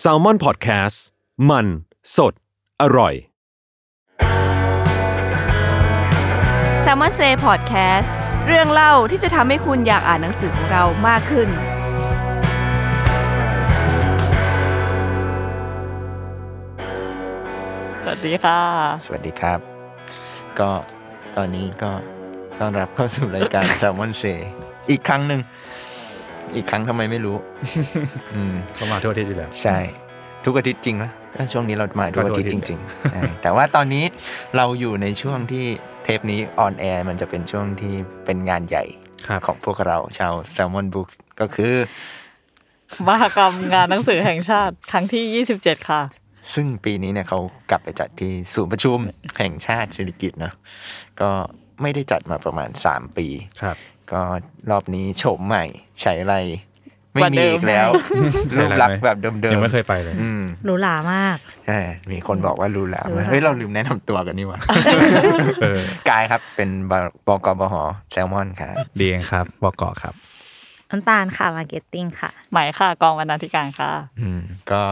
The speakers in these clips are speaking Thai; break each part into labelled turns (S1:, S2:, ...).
S1: แซลมอนพอดแคสต์มันสดอร่อย
S2: s ซ l m o n Say Podcast เรื่องเล่าที่จะทำให้คุณอยากอ่านหนังสือของเรามากขึ้น
S3: สวัสดีค่ะ
S4: สวัสดีครับ ก็ตอนนี้ก็ต้อนรับเข้าสู่รายการ s ซ l m o n Say อีกครั้งหนึ่ง อีกครั้งทำไมไม่ รู้ อืม
S5: ก็มาทั่วอาที่ที่แล้ว
S4: ใช่ ทุกอาทิตย์จริงนะถ้าช่วงนี้เรามาทุกอาทิตย์
S5: ก็ทุกอาทิตย์
S4: จริงๆอ่าแต่ว่าตอนนี้เราอยู่ในช่วงที่เทปนี้ออนแอร์มันจะเป็นช่วงที่เป็นงานใหญ่
S5: ครับ
S4: ของพวกเราชาว s ซ l m o n Books ก็คือ
S3: มหกรรมงานหนังสื อแห่งชาติครั้งที่ 27 ค่ะ
S4: ซึ่งปีนี้เนี่ยเขากลับไปจัดที่ศูนย์ประชุมแห่งชาติศิริกิติ์เนอะก็ไม่ได้จัดมาประมาณ 3 ปี
S5: ครับ
S4: ก็รอบนี้โฉมใหม่ใช้อะไร ไม่
S3: กว่า
S4: มี
S3: เดิม
S4: อีกแล้ว
S5: ใช้
S4: รูป
S5: อะไรไหม
S4: ลักษณ์แบบเดิม
S5: ยัง
S4: ๆ
S5: ไม่เคยไปเลย
S4: อืม
S6: หรูหรามาก
S4: ใช่มีคนบอกว่ารู้แล้ว
S6: รู้แล้ว
S4: เฮ้ย เราลืมแนะนำตัวกันนี่หว่า
S5: เออก
S4: ายครับเป็นบกบหแซลมอนครับ
S5: ดีเองครับบกครับ
S6: น้ำตาลค่ะมาร์เก็ตติ้งค่ะ
S3: ใหม่ค่ะ กองบรรณาธิการค่ะ
S4: อืมก็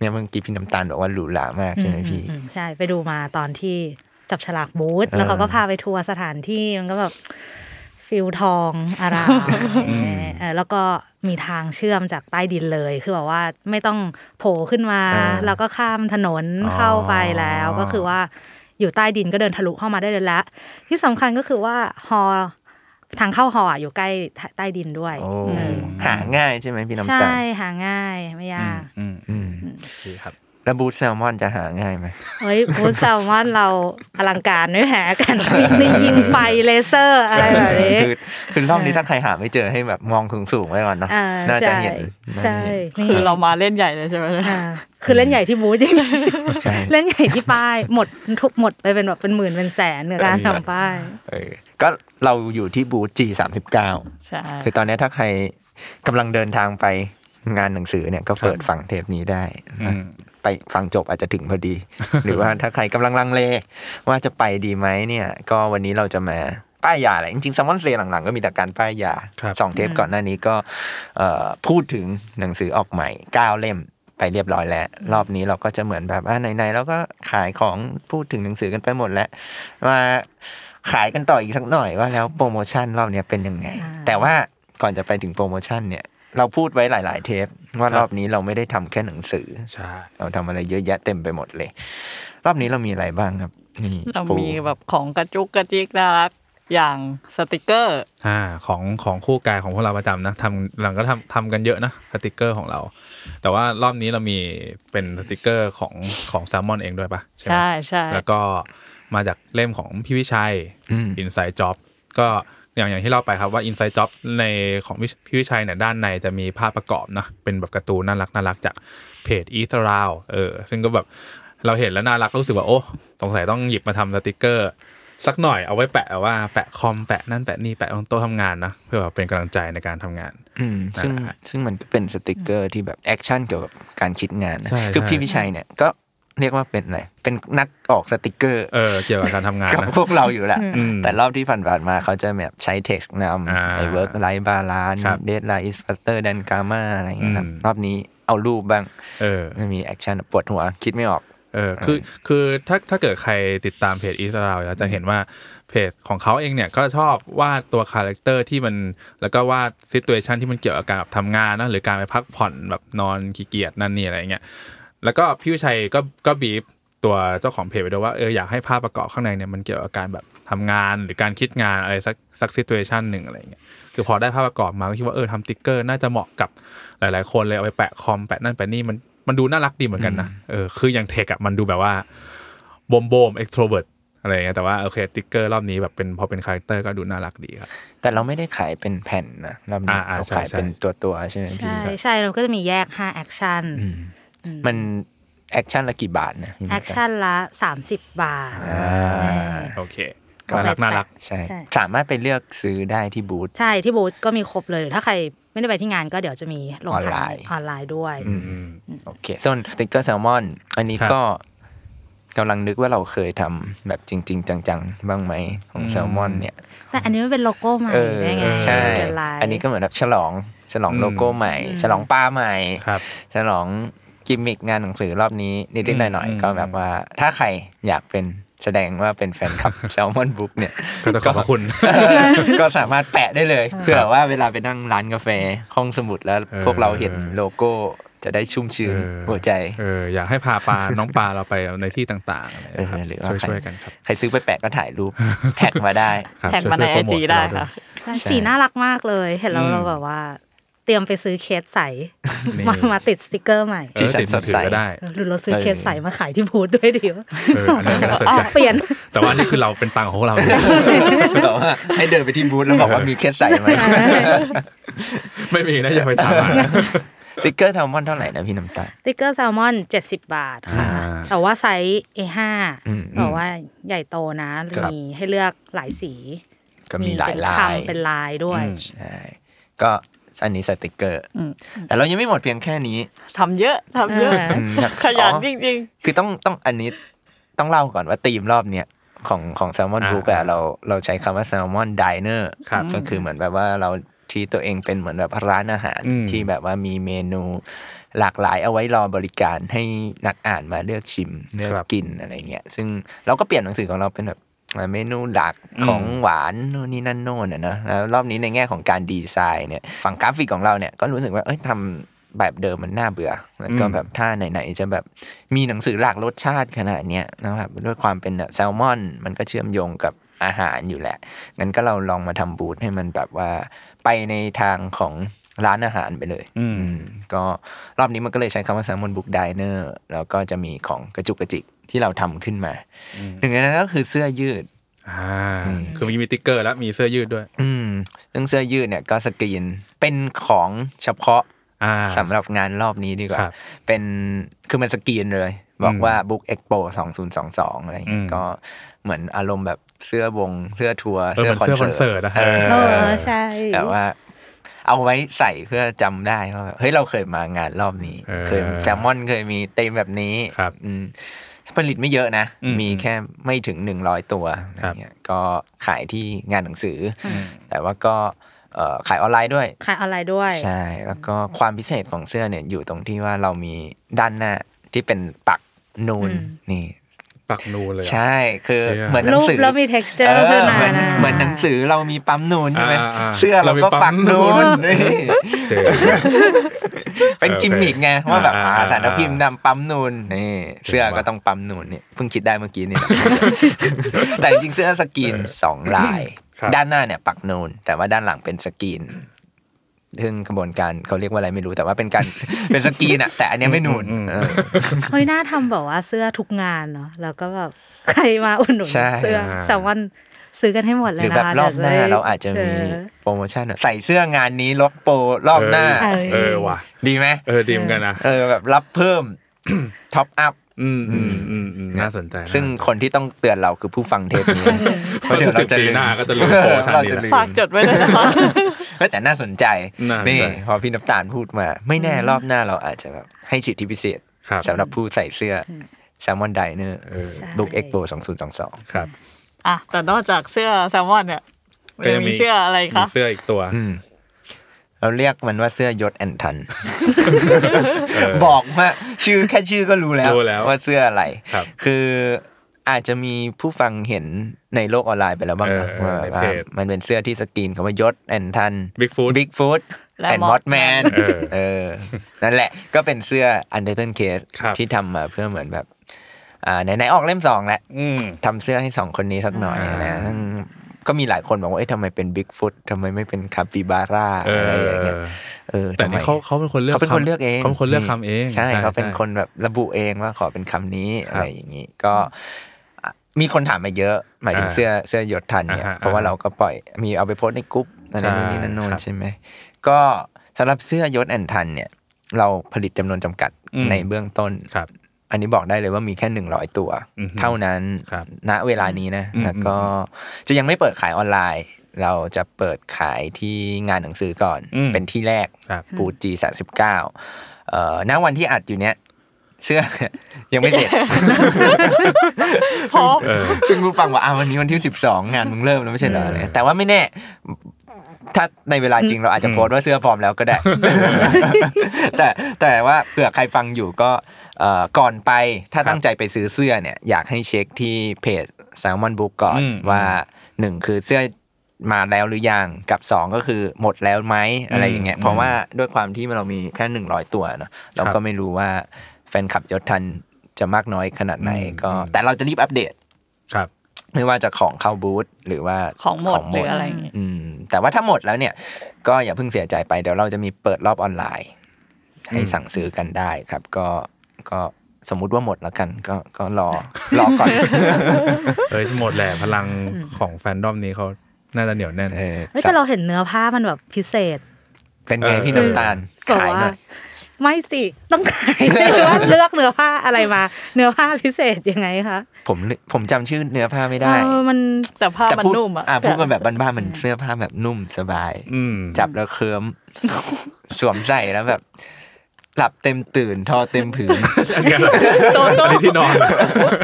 S4: เนี่ยเมื่อกี้พี่น้ำตาลบอกว่าหรูหรามากใช่ไหมพี่
S6: อืมใช่ไปดูมาตอนที่จับฉลากบูธ
S4: เออ
S6: แล้วเขาก็พาไปทัวร์สถานที่มันก็แบบฟิลทองอารามเออแล้วก็มีทางเชื่อมจากใต้ดินเลย คือแบบว่าไม่ต้องโผล่ขึ้นมา แล้วก็ข้ามถนน
S5: อ๋อ
S6: เข้าไปแล้วก็คือว่าอยู่ใต้ดินก็เดินทะลุเข้ามาได้เลยละที่สำคัญก็คือว่าฮอทางเข้าหออะอยู่ใกล้ใต้ดินด้วย
S4: โอ้
S6: อืม
S4: หาง่ายใช่ไหมพี่น้ำตา
S6: ใช่
S4: ล
S6: หาง่ายไม่ยาก
S5: อืม
S4: อืม
S5: ดีครับ
S4: แล้วบูธแซลมอนจะหาง่ายไหม
S6: เฮ้ยบูธแซลมอนเราอลังการไม่แพ้กัน มียิงไฟเลเซอร์อะไรแบบนี้
S4: คือคือรอบนี้ถ้าใครหาไม่เจอให้แบบมองสูงสูงๆไว้ก่อนเนาะ
S6: อ่า
S4: น่าจะ
S6: ใช่
S4: เห็นน่าจะ
S6: ใช่
S4: เห็น
S6: นี่
S3: คือเรามาเล่นใหญ่เลยใช่ไหมเนี่ย
S6: อ่าคือเล่นใหญ่ที่บูธยังไง
S4: ใช่
S6: เล่นใหญ่ที่ป้าย หมดทุกหมดไปเป็นแบบเป็นหมื่นเป็นแสนกับการทำป้าย
S4: เออก็เราอยู่ที่บูธ G สามสิบเก้า
S3: ใช่
S4: คือตอนนี้ถ้าใครกำลังเดินทางไปงานหนังสือเนี่ยก็เปิดฟังเทปนี้ได้นะ
S5: อืม
S4: ไปฟังจบอาจจะถึงพอดี หรือว่าถ้าใครกำลังลังเล ว่าจะไปดีไหมเนี่ย ก็วันนี้เราจะมาป้ายยาแหละจริงๆซัมมอนเซหลังๆ ก็มีแต่การป้ายยา
S5: ครับ
S4: สองเทปก่อนหน้านี้ก็เอ่อพูดถึงหนังสือออกใหม่เก้าเล่มไปเรียบร้อยแล้ว รอบนี้เราก็จะเหมือนแบบอ่าไหนๆเราก็ขายของพูดถึงหนังสือกันไปหมดแล้วมาขายกันต่ออีกสักหน่อยว่าแล้วโปรโมชั่นรอบเนี้ยเป็นยังไง
S6: อ่า
S4: แต่ว่าก่อนจะไปถึงโปรโมชั่นเนี่ย เราพูดไว้หลาย ๆ เทป ว่ารอบนี้เราไม่ได้ทำแค่หนังสือ
S5: ใช่
S4: เราทำอะไรเยอะแยะเต็มไปหมดเลย รอบนี้เรามีอะไรบ้างครับนี่
S3: เรา
S4: ปู
S3: มีแบบของกระจุกกระจิกน่ารักอย่างสติกเกอร์
S5: อ่าของของคู่กายของพวกเราประจำนะทำหลังก็ทำทำกันเยอะนะสติกเกอร์ของเรา แต่ว่ารอบนี้เรามีเป็นสติกเกอร์ของของแซลมอนเองด้วยปะใช่ไหม
S3: ใช่ใช่
S5: แล้วก็มาจากเล่มของพี่วิชัย
S4: อืม
S5: Inside Job ก็อย่างอย่างที่เล่าไปครับว่า Inside Job ในของพี่พี่วิชัยเนี่ยด้านในจะมีภาพประกอบนะเป็นแบบการ์ตูนน่ารักน่ารักจากเพจ e t h r o u เออซึ่งก็แบบเราเห็นแล้วน่ารักรู้สึกว่า โอ้สงสัยต้องหยิบมาทำสติกเกอร์ สักหน่อยเอาไว้แปะว่าแปะคอมแปะนั่นแปะนี่แปะตรงโต๊ะทำงานนะเพื่อแบบเป็นกำลังใจในการทำงาน
S4: อืมซึ่งซึ่งมันก็เป็นสติกเกอร์ที่แบบแอคชั่นเกี่ยวกับการคิดงานนะ
S5: ใช่
S4: คือ
S5: ใช่
S4: พี่วิชัยเนี่ยก็เรียกว่าเป็นอะไรเป็นนักออกสติกเกอร์
S5: เออเกี่ยวกับการทำงาน
S4: กับ
S5: นะ
S4: พวกเราอยู่แหละ
S5: อืม
S4: แต่รอบที่ผ่านๆมาเขาจะแบบใช้เท็กซ์น
S5: อ่า
S4: ำไอ้เวิร์กไลบาลาน
S5: ครับ
S4: เดทไลอิสฟัสเตอร์ดันกามาอะไรอย่างเงี้ยครับ
S5: อืม
S4: รอบนี้เอารูปบ้าง
S5: เออ
S4: ไม่มีแอคชั่นปวดหัว คิดไม่ออก
S5: เออคือคือถ้าถ้าเกิดใครติดตามเพจอีสราเอลจะเห็นว่าเพจของเขาเองเนี่ยก็ชอบวาดตัวคาแรคเตอร์ที่มันแล้วก็วาดซิตูเอชันที่มันเกี่ยวกับการแบบทำงานนะหรือการไปพักผ่อนแบบนอนขี้เกียจนั่นนี่อะไรเงี้ยแล้วก็พี่วิชัยก็ก็บีบตัวเจ้าของเพจไปด้วยว่าเอออยากให้ภาพประกอบข้างในเนี่ยมันเกี่ยวกับการแบบทำงานหรือการคิดงานอะไรสักสักซิตูเอชันหนึ่งอะไรเงี้ยคือพอได้ภาพประกอบมาก็คิดว่าเออทำติ๊กเกอร์น่าจะเหมาะกับหลาย ๆ คนเลยเอาไปแปะคอมแปะนั่นแปะนี่มันมันดูน่ารักดีเหมือนกันนะ เออคืออย่างเทคอะมันดูแบบว่าบมบมเอ็กโทรเวิร์ตอะไรอย่างเงี้ยแต่ว่าโอเคติ๊กเกอร์รอบนี้แบบเป็นพอเป็นคาแรคเตอร์ก็ดูน่ารักดีครับ
S4: แต่เราไม่ได้ขายเป็นแผ่นนะรอบนี้
S5: อ่าอ่า
S4: เรา
S5: ใช่
S4: ขายเป็น
S5: ใช่
S4: ตัวตัวๆใช่ไหมพี่
S6: ใช่ใช่เราก็จะมีแยก 5 แอคชั่น
S4: มันแอคชั่นละกี่บาทนะพี่
S6: แอคชั่นละ 30 บาท
S4: อ่า
S5: โอเค
S6: ก็
S5: น่ารัก
S6: ไปแปะ
S5: น่ารัก
S4: ใช่
S6: ใช่
S4: สามารถไปเลือกซื้อได้ที่บูธ
S6: ใช่ที่บูธก็มีครบเลยหรือถ้าใครไม่ได้ไปที่งานก็เดี๋ยวจะมีลง
S4: ออน
S6: ทา
S4: ไล
S6: ย
S4: น์
S6: ออนไลน์ด้วย
S4: โอเคส่วนสติกเกอร์แซลมอน อันนี้
S5: ครับ
S4: ก็กำลังนึกว่าเราเคยทำแบบจริง ๆ จังๆ บ้างไหมของ
S5: อืม
S4: แซลมอนเนี่ย
S6: แต่อันนี้มันเป็นโลโก้ใหม่
S4: เออ
S6: ด้วยไง
S4: ใช่
S6: เดินไลน์
S4: อันนี้ก็เหมือนแบบฉลองฉลอง
S5: อืม
S4: โลโก้ใหม่ ฉลองป้าใหม่
S5: ครับ
S4: ฉลองกิมมิกงานหนังสือรอบนี้นิดๆหน่อย
S5: อืม
S4: ๆ ก็แบบว่า ถ้าใครอยากเป็นแสดงว่าเป็นแฟน คลับ แซลมอนบุ๊กเนี่ย
S5: ก็จะขอบพระคุณ
S4: เออก็ สามารถแปะได้เลยเผื่อว่าเวลาไปนั่งร้านกาแฟห้องสมุดแล้ว
S5: เออ
S4: พวกเราเห็นโลโก้จะได้ชุ่มชื้น
S5: เออ
S4: หัวใจ
S5: เอออยากให้พาปลา น้องปลาเราไปในที่ต่างๆอะไร
S4: เออ
S5: นะครับ
S4: หรือ
S5: ช่ว
S4: ว่า
S5: ช่วย
S4: ยใคร
S5: ๆกันครับ
S4: ใครซื้อไปแปะก็ถ่ายรู ป แท็กมาได้
S5: ครับ
S3: แท็กมาใน
S5: ช่วยๆ
S3: ไอ
S5: โปรโม
S3: จี
S5: ท
S3: ได้
S5: เราวย
S3: ค่ะ
S4: ใช่
S6: สีน่ารักมากเลย เห็นแล้
S5: อื
S6: ว
S5: ม
S6: เราแบบว่า เตรียมไปซื้อเคสใส
S5: นี่
S6: มามาติดสติกเกอร์ใหม่
S5: เออติดมือถือก็ได้
S6: หรือเราซื้อเคสใสมาขายที่บูธด้วยดีวะ
S5: เอออันนั้นก็น่าสนใจ
S6: เปลี่ยน
S5: แต่ว่านี่คือเราเป็นตังค์ของเรา
S4: แบบว่าให้เดินไปที่บูธแล้วบอกว่ามีเคสใส่ไหม
S5: ไม่มีนะอย่าไปถามอ่ะ
S4: ติ๊กเกอร์แซลมอนเท่าไหร่นะพี่น้ำตาล
S6: สติกเกอร์แซลมอน 70 บาทค่ะ
S5: อ่า
S6: แต่ว่าไซส์ A5
S4: อืม
S6: บอกว่าใหญ่โตนะ
S4: ครับ
S6: มีให้เลือกหลายสี
S4: ก็มีหลาย
S6: เป็น
S4: ลาย
S6: คำเป็นลายด้วย
S5: อืม
S4: ใช่ก็อันนี้สติกเกอร์
S3: อืม
S4: แต่เรายังไม่หมดเพียงแค่นี้
S3: ทำเยอะทำเยอะ
S6: เออ
S4: อืมครับ
S3: ขยัน
S4: อ๋อ
S3: จริง
S4: คือต้องต้องอันนี้ต้องเล่าก่อนว่าธีมรอบเนี้ยของของแซลมอน
S5: อ่า
S4: บุ๊กอะเราเราใช้คำว่าแซลมอนดิเนอร์
S5: ครับ
S4: ก็คือเหมือนแบบว่าเราที่ตัวเองเป็นเหมือนแบบร้านอาหาร
S5: อืม
S4: ที่แบบว่ามีเมนูหลากหลายเอาไว้รอบริการให้นักอ่านมาเลือกชิมเลือกกินอะไรเงี้ยซึ่งเราก็เปลี่ยนหนังสือของเราเป็นแบบเมนูหลักของหวานนู่นนี่นั่นโน่นอะนะแล้วรอบนี้ในแง่ของการดีไซน์เนี่ยฝั่งกราฟิกของเราเนี่ยก็รู้สึกว่าเอ้ยทำแบบเดิมมันน่าเบื่อแล้วก็
S5: อืม
S4: แบบ ถ้าไหนๆจะแบบมีหนังสือหลากรสชาติขนาดเนี้ยนะครับด้วยความเป็นแบบแซลมอน มันก็เชื่อมโยงกับอาหารอยู่แหละงั้นก็เราลองมาทำบูธให้มันแบบว่าไปในทางของร้านอาหารไปเลย
S5: อืม
S4: อืมก็รอบนี้มันก็เลยใช้คำว่าแซลมอนบุ๊กไดเนอร์แล้วก็จะมีของกระจุกกระจิกที่เราทำขึ้นมาหนึ่งในนั้นก็คือเสื้อยืด
S5: อ่าคือเมอกี้มีติ๊กเกอร์แล้วมีเสื้อยืดด้วย
S4: อืมซึ่งเสื้อยืดเนี่ยก็สกรีนเป็นของเฉพาะ
S5: อ่า
S4: สำหรับงานรอบนี้ดีกว่า
S5: ครับ
S4: เป็นคือมันสกรีนเลย บอก
S5: อืม
S4: ว่า Book Expo 2022 อะไรอย่างเงี้ย
S5: อืม
S4: ก็เหมือนอารมณ์แบบเสื้อวง เสื้อทัวร์
S5: เออเหมือนเสื้อคอนเสิร์ตอะฮะ
S4: เอ
S6: เอ
S4: อ
S6: อใช่
S4: แต่ว่า เอาไว้ใส่เพื่อจำได้ว่าแบบเฮ้ย เราเคยมางานรอบนี้
S5: เออ
S4: เคยแซมมอนเคยมีเต็มแบบนี้
S5: ครับ
S4: อืมผลิตไม่เยอะนะ
S5: อืม
S4: มีแค่ไม่ถึง 100 ตัวอะไร
S5: ครับ
S4: เงี้ยก็ขายที่งานหนังสืออแต่ว่าก็เอ่อขายออนไลน์ด้วย
S6: ขายออนไลน์ด้วย
S4: ใช่ แล้วก็ความพิเศษของเสื้อเนี่ยอยู่ตรงที่ว่าเรามีด้านหน้าที่เป็นปักนูน
S6: อืม
S4: นี่
S5: ปักนูนเลยอะ
S4: ใช่คือ
S5: เชี่ย
S4: เหมือนหนั
S6: รู
S4: ง
S6: ป
S4: สือ
S6: แล้วมี
S4: เอ
S6: texture
S4: อ
S6: ขึ้นมา
S4: เหมือน
S6: นะ
S4: เหมือนหนังสือเรามีปั๊มนูนใช่ไหม
S5: อ่าอ่า
S4: เสื้อเรา
S5: เรามี
S4: ก็
S5: ปั๊
S4: ปัก
S5: มนู
S4: นู
S5: น
S4: นนี่
S5: เจอ
S4: เป็นกิมมิกไงว่าแบบ
S5: อ่า
S4: อ่า
S5: อ่า
S4: สารพิมพ์นำปั๊มนูนนี่เสื้อ
S5: เจ๋งว่ะ
S4: ก็ต้องปั๊มนูนเนี่ยเพิ่งคิดได้เมื่อกี้นี่แหละ แต่จริงๆเสื้อสกรีนสองลาย
S5: ครับ
S4: ด้านหน้าเนี่ยปักนูน แต่ว่าด้านหลังเป็นสกรีน ซึ่งกระบวนการเขาเรียกว่าอะไรไม่รู้แต่ว่าเป็นการ เป็นสกรีนอะแต่อันเนี้ยไม่นูนเออ
S6: เฮ้ยน่าทำแบบว่าเสื้อทุกงานเนาะแล้วก็แบบใครมาอุดหนุน
S4: ใช่
S6: เสื้อแซลมอนซื้อกันให้หมดเล
S4: ห
S6: ย
S4: รือ
S6: นะ
S4: แบบรอบหน้า
S6: ดี๋ยวจได้
S4: เราอาจจะมี
S6: เออ
S4: โปรโมชั่นอะใส่เสื้องานนี้ลดโปรรอบหน้า
S5: เออเออว่ะ
S4: ดีไหม
S5: เออดีเหมอนกันนะ
S4: เออแบบรับเพิ่ม ท็อปอัพ
S5: อืมอืมอืมอืมน่าสนใจนะ
S4: ซึ่งคนที่ต้องเตือนเราคือผู้ฟังเทปนี้
S5: เพราะเดี๋ยวเราจะลืมเออเราจะลืม
S3: ฝากจดไว้เลยนะคะ
S4: ไม่แต่น่าสนใจ
S5: น่าสนใจ
S4: นี่พอพี่น้ำตาลพูดมา ไม่แน่รอบหน้าเราอาจจะแบบให้สิทธิพิเศษ
S5: ครับ
S4: สำหรับผู้ใส่เสื้อแซลมอนไดเนอร์
S6: ใช่
S4: บุกเอ็กโบสองศูนย์สองสอง
S5: ครับ
S3: อ่ะแต่นอกจากเสื้อแซลมอนเนี่ย
S5: ก็ยั
S3: ยัง ง
S5: มี
S3: มีเสื้ออะไร
S5: มี
S3: คะ
S5: เสื้ออีกตัว
S4: อืมเราเรียกมันว่าเสื้อยศแอนทัน
S5: เออ
S4: บอกว่าชื่อแค่ชื่อก็รู้แล้ว
S5: รู้แล้ว
S4: ว่าเสื้ออะไร
S5: ครับ
S4: ออาจจะมีผู้ฟังเห็นในโลกออนไลน์ไปแล้วบ้างนะ
S5: เออ
S4: ว่า
S5: ใน
S4: ว่า
S5: เพจ
S4: มันเป็นเสื้อที่สกรีนคำว่ายศแอนทัน
S5: Bigfoot
S4: บิ๊กฟูด
S3: และ
S4: แอนมอ
S3: Mothman
S4: สแมน
S5: เออ
S4: เออ นั่นแหละ ก็เป็นเสื้ออันเดอร์เทนเคส
S5: ครับ
S4: ที่ทำมาเพื่อเหมือนแบบ อ่าไหนๆออกเล่มสองแล้ว
S5: อืม
S4: ทำเสื้อให้สองคนนี้สักหน่อยนะซึ่งก็มีหลายคนบอกว่า เอ๊ะทำไมเป็นบิ๊กฟุตทำไมไม่เป็นคาปิบาร่า
S5: เอ
S4: อะไร
S5: อ
S4: อย่างเงี้ยเออ
S5: แต่นี่
S4: ทำไม
S5: เขาเขาเป็นคนเลือก
S4: เขาเป็นคนเลือกเอง
S5: เขาเป็นคนเลือกคำเอง
S4: ใช่
S5: ใช่
S4: เขาเป็น
S5: ใช่
S4: คนแบบระบุเองว่าขอเป็นคำนี้
S5: ครับ
S4: อะไรอย่างนี้ ก็อ่ะมีคนถามมาเยอะ หมายถึง
S5: อ่า
S4: เสื้อเสื้อยศทันเนี่ย
S5: อ่าฮะ
S4: เพราะว่าเราก็ปล่อยมีเอาไปโพสต์ในกรุ๊ปอะไร
S5: ใช่
S4: นู่นนี่นั่นโน่น
S5: ครับ
S4: ใช่ไหมก็สำหรับเสื้อยศแอนทันเนี่ย เราผลิตจำนวนจำกัด
S5: อืม
S4: ในเบื้องต้น
S5: ครับ
S4: อันนี้บอกได้เลยว่ามีแค่หนึ่งร้อยตัว
S5: อือฮึ
S4: เท่านั้น
S5: ครับ
S4: ณเวลานี้นะ
S5: อืม
S4: แล้วก็จะยังไม่เปิดขายออนไลน์ เราจะเปิดขายที่งานหนังสือก่อน
S5: อืม
S4: เป็นที่แรก
S5: ครับ
S4: ปูจีสามสิบเก้าณวันที่อัดอยู่เนี้ยเสื้อ ยังไม่เสร็จ
S3: พร้อม
S5: เออ
S4: ซึ่งผู้ฟังว่าอ้าววันนี้วันที่สิบสองงานมึงเริ่มแล้วไม่ใช่เหรอเนี่ยแต่ว่าไม่แน่ ถ้าในเวลาจริงเราอาจจะโพสต์ว่าเสื้อพร้อมแล้วก็ได้ แต่แต่ว่าเผื่อใครฟังอยู่ก็เอ่อก่อนไปถ้าตั้งใจไปซื้อเสื้อเนี่ย อยากให้เช็คที่เพจ Salmon Book ก่อน
S5: อืม
S4: ว่าหนึ่งคือเสื้อมาแล้วหรือยังกับสองก็คือหมดแล้วไหมอะไรอย่างเงี้ย
S5: อืม
S4: เพราะว่าด้วยความที่เรามีแค่หนึ่งร้อยตัวเนอะเรา
S5: ครับ
S4: ก็ไม่รู้ว่าแฟนคลับยศทันจะมากน้อยขนาดไหนก็
S5: อืม
S4: แต่เราจะรีบอัปเดต
S5: ครับ
S4: ไม่ว่าจะของเข้าบูธหรือว่า
S3: ของหมดหรืออะไรอย่างเงี้ย
S4: อืม แต่ว่าถ้าหมดแล้วเนี่ย ก็อย่าเพิ่งเสียใจไปเดี๋ยวเราจะมีเปิดรอบออนไลน์ ให้
S5: อืม
S4: สั่งซื้อกันได้ครับ ก็ก็สมมุติว่าหมดแล้วกัน ก็ก็รอรอก่อน
S5: เอ้ยหมดแหละพลังของแฟนดอมนี้เขาน่าจะเหนียวแน่น
S4: เออ
S6: เฮ้ยแต่เราเห็นเนื้อผ้ามันแบบพิเศษ
S4: เป็นไงพี่น้ำตาล
S6: แบบ
S4: ขาย
S6: ว่า
S4: หน่อย
S6: ไม่สิต้องขายสิหรือว่าเลือกเนื้อผ้าอะไรมา เนื้อผ้าพิเศษยังไงคะ
S4: ผมผมจำชื่อเนื้อผ้าไม่ได้
S6: เออมัน
S3: แต่ผ้า
S4: แต่
S3: มัน
S4: พูด
S3: นุ่มอ่ะ
S4: อ่ะพูดกันแบบบ้านๆมันเสื้อผ้าแบบนุ่มสบาย
S5: อืม
S4: จับแล้วเคลิ้มสวมใส่แล้วแบบ หลับเต็มตื่น ทอเต็มผืน
S5: อันนี้อะไรอันนี้ที่นอนเหรอ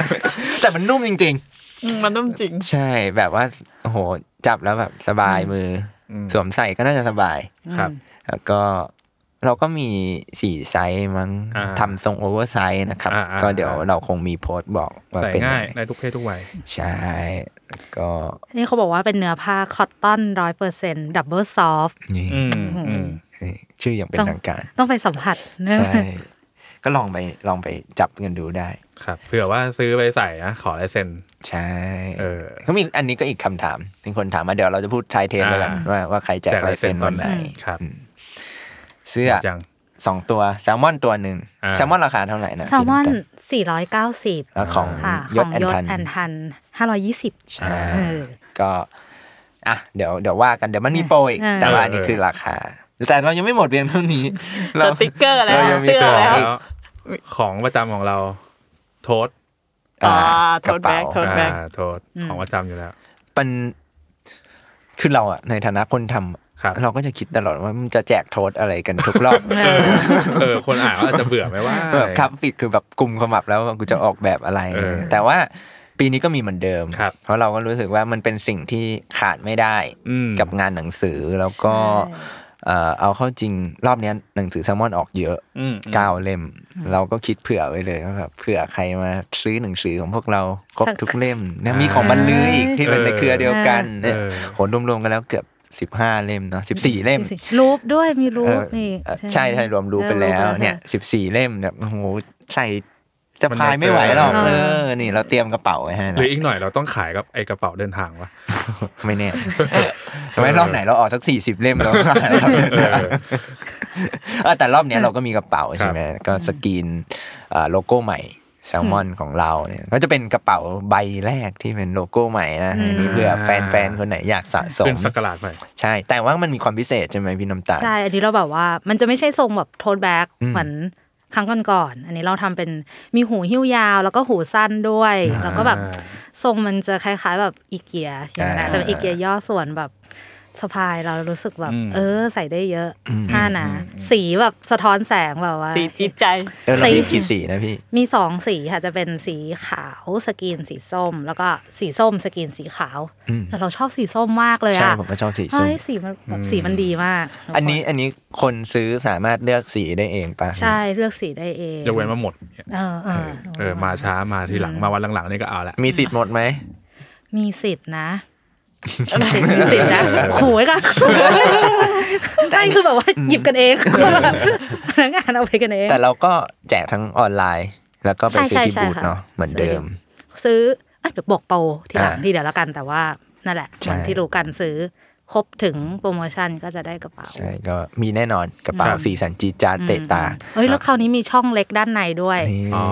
S4: แต่มันนุ่มจริง ๆ
S3: อืมมันนุ่มจริง
S4: ใช่แบบว่าโอ้โหจับแล้วแบบสบายมืออ
S5: ม
S4: สวมใส่ก็น่าจะสบาย
S5: ครับ
S4: แล้วก็เราก็มีสี่ไซส์มั้ง
S5: อ่า
S4: ทำทรงโอเวอร์ไซส์นะครับ
S5: อ่าอ่า
S4: ก็เดี๋ยวเราคงมีโพสต์บอกว่า
S5: ใส่
S4: เป็น
S5: ง่าย
S4: ยังไง
S5: ได้ทุกเพศทุกวัย
S4: ใช่แล้วก็
S6: นี่เขาบอกว่าเป็นเนื้อผ้าคอตตอนร้อยเปอร์เซ็นต์ดับเบิลซอฟ
S4: นี่
S5: อืมอืม
S4: ชื่ออย่างเป็นทางการ
S6: ต้องไปสัมผัสเนื้อ
S4: ใช่ ก็ลองไปลองไปจับกันดูได้
S5: ครับ เผื่อว่าซื้อไปใส่นะ ขอลายเซ็น
S4: ใช่
S5: เออ
S4: ก็มีอันนี้ก็อีกคำถามมีคนถามมาเดี๋ยวเราจะพูดไทายเทนแล้วกัน
S5: อ่า
S4: ว่าว่าใครแจกลายเซ็นวันไหน
S5: ครับ
S4: เสื้อ
S5: หมดยัง
S4: สองตัวแซลมอนตัวหนึ่ง
S5: อ่า
S4: แซลมอนราคาเท่าไหร่นะ
S6: แซลมอน
S4: พี่ำตา
S6: สี่ร้อยเก้าสิบ
S4: แล้วของ
S6: ค่ะ
S4: ยศ
S6: ของ
S4: แอย น
S6: ศ
S4: ทัน
S6: แอนทันห้าร้อยยี่สิบ
S4: ใช่
S6: เออ
S4: ก็อ่ะเดี๋ยวเดี๋ยวว่ากันเดี๋ยวมันมีโปรอีก
S6: เออ
S4: แต่ว่าอันนี้คือราคา แต่เรายังไม่หมดเพียงเท่านี้เรา
S3: สติ๊กเกอร์อะไร
S4: เรายั
S3: อะ
S4: งมี
S3: เสื้อ
S4: เสื้อ
S3: แล้ว
S5: แล้ว ของประจำของเรา โทษ
S4: อ่า
S3: อ่าก
S4: ระเป๋า
S3: tote bag tote
S5: อ่า
S3: bag
S5: โทษของประจำอยู่แล้ว
S4: มันคือเราอะในฐานะคนทำ
S5: ครับ
S4: เราก็จะคิดตลอดว่ามันจะแจกโทษอะไรกันทุกรอบ
S5: เออ เออ คนอ่านก็อาจจะเบื่อไหมว่า
S4: แบบครับฟิกคือแบบกลุ่มขมับแล้วว่ากูจะออกแบบอะไร
S5: เออ
S4: แต่ว่าปีนี้ก็มีเหมือนเดิม
S5: ครับ
S4: เพราะเราก็รู้สึกว่ามันเป็นสิ่งที่ขาดไม่ได้
S5: อืม
S4: กับงานหนังสือแล้วก็เอ่อเอาเข้าจริงรอบเนี้ยหนังสือแซลมอนออกเยอะ
S5: อืม
S4: เก้าเล่ม เราก็คิดเผื่อไว้เลยว่าแบบเผื่อใครมาซื้อหนังสือของพวกเราครบทุกเล่มนะมีของบรรลืออีกที่เป็นในเครือเดียวกัน
S5: เออ
S4: เนี่ยโหรวมๆกันแล้วเกือบสิบห้าเล่มเนาะสิบสี่เล่ม
S6: 14รูปด้วยมีรู
S4: เอ
S6: ป
S4: อ
S6: นี่
S4: เออใช่ใช่รวมรู้ไปแล้วเนี่ยสิบสี่เล่มเนี่ยโอ้โหใส่จะพายไม่ไหวหรอกเออนี่เราเตรียมกระเป๋าไว้ให้
S5: ห
S4: แล้
S5: รือ
S4: ว
S5: อีกหน่อยเราต้องขายกับไอกระเป๋าเดินทางวะ
S4: ไม่แน่ไว้รอบไหนเราออกสักสี่สิบเล่มแล้วเราเดิน
S5: เอ
S4: ทาง
S5: อ
S4: เออแต่รอบเนี้ยเราก็มีกระเป๋าใช่ไหมก็สกรีนเอ่อโลโก้ใหม่แซลมอนของเราเนี่ยก็จะเป็นกระเป๋าใบแรกที่เป็นโลโก้ใหม่นะอันนี้เพื่อแฟนๆคนไหนอยากสะส
S5: เป็
S4: ม
S5: นสกราดใหม่
S4: ใช่ แต่ว่ามันมีความพิเศษใช่ไหมพี่น้ำตาล
S6: ใช่อันนี้เราแบบว่า มันจะไม่ใช่ทรงแบบโทนแบ็ก
S4: อืม
S6: เหมือน ครั้งก่อนๆอันนี้เราทำเป็นมีหูหิ้วยาว แล้วก็หูสั้นด้วย
S4: อ่า
S6: แล้วก็แบบทรงมันจะคล้ายๆ แบบอีเกียอย่างนั้น
S4: อ่า
S6: แต่เป็นอีเกียย่อส่วนแบบสะพายเรารู้สึกแบบ
S4: อืม
S6: เออ ใส่ได้เยอะ
S4: อืม
S6: ห้านะ สีแบบสะท้อนแสงแบบว่า
S3: สีจิตใจ
S4: เออเรามีกี่สีนะพี่
S6: มีสองสีค่ะจะเป็นสีขาวสกรีนสีส้ม แล้วก็สีส้มสกรีนสีขาว
S4: อืม
S6: แต่เราชอบสีส้มมากเลยอะ
S4: ใช่ผมก็ชอบสีส้ม
S6: เฮ้ยสีมันแบบสีมันดีมาก
S4: อันนี้อันนี้คนซื้อสามารถเลือกสีได้เองปะ
S6: ใช่เลือกสีได้เอง
S5: ยกเว้นว่าหมด
S6: เออเออ
S5: เออมาช้ามาทีหลังมาวันหลังๆนี่ก็เอาละ
S4: มีสิทธิ์หมดไหม
S6: มีสิทธิ์นะมีสิทธิ์มีสิทธิ์นะขู่ไว้ก่อนใช่คือแบบว่าหยิบกันเองพนักงานเอาไปกันเอง
S4: แต่เราก็แจกทั้งออนไลน์ แล้วก็ไป
S6: ใช่
S4: ซื้อที่
S6: ใช่
S4: บูธ
S6: ใช่
S4: เนาะ
S6: ค่ะ
S4: เหมือน
S6: ซื้อ
S4: เดิม
S6: ซื้ออ่ะเดี๋ยวบอกโปรทีหลัง
S4: อ่า
S6: ทีเดียวแล้วกันแต่ว่านั่นแหละ
S4: ใช่
S6: เหมือนที่รู้กันซื้อครบถึงโปรโมชั่นก็จะได้กระเป๋า
S4: ใช่ก็มีแน่นอนกระเป๋า
S6: ครับ
S4: สีสันจีดจาดเตะตา
S6: เฮ้ยแล้วคราวนี้มีช่องเล็กด้านในด้วย
S4: อ๋อ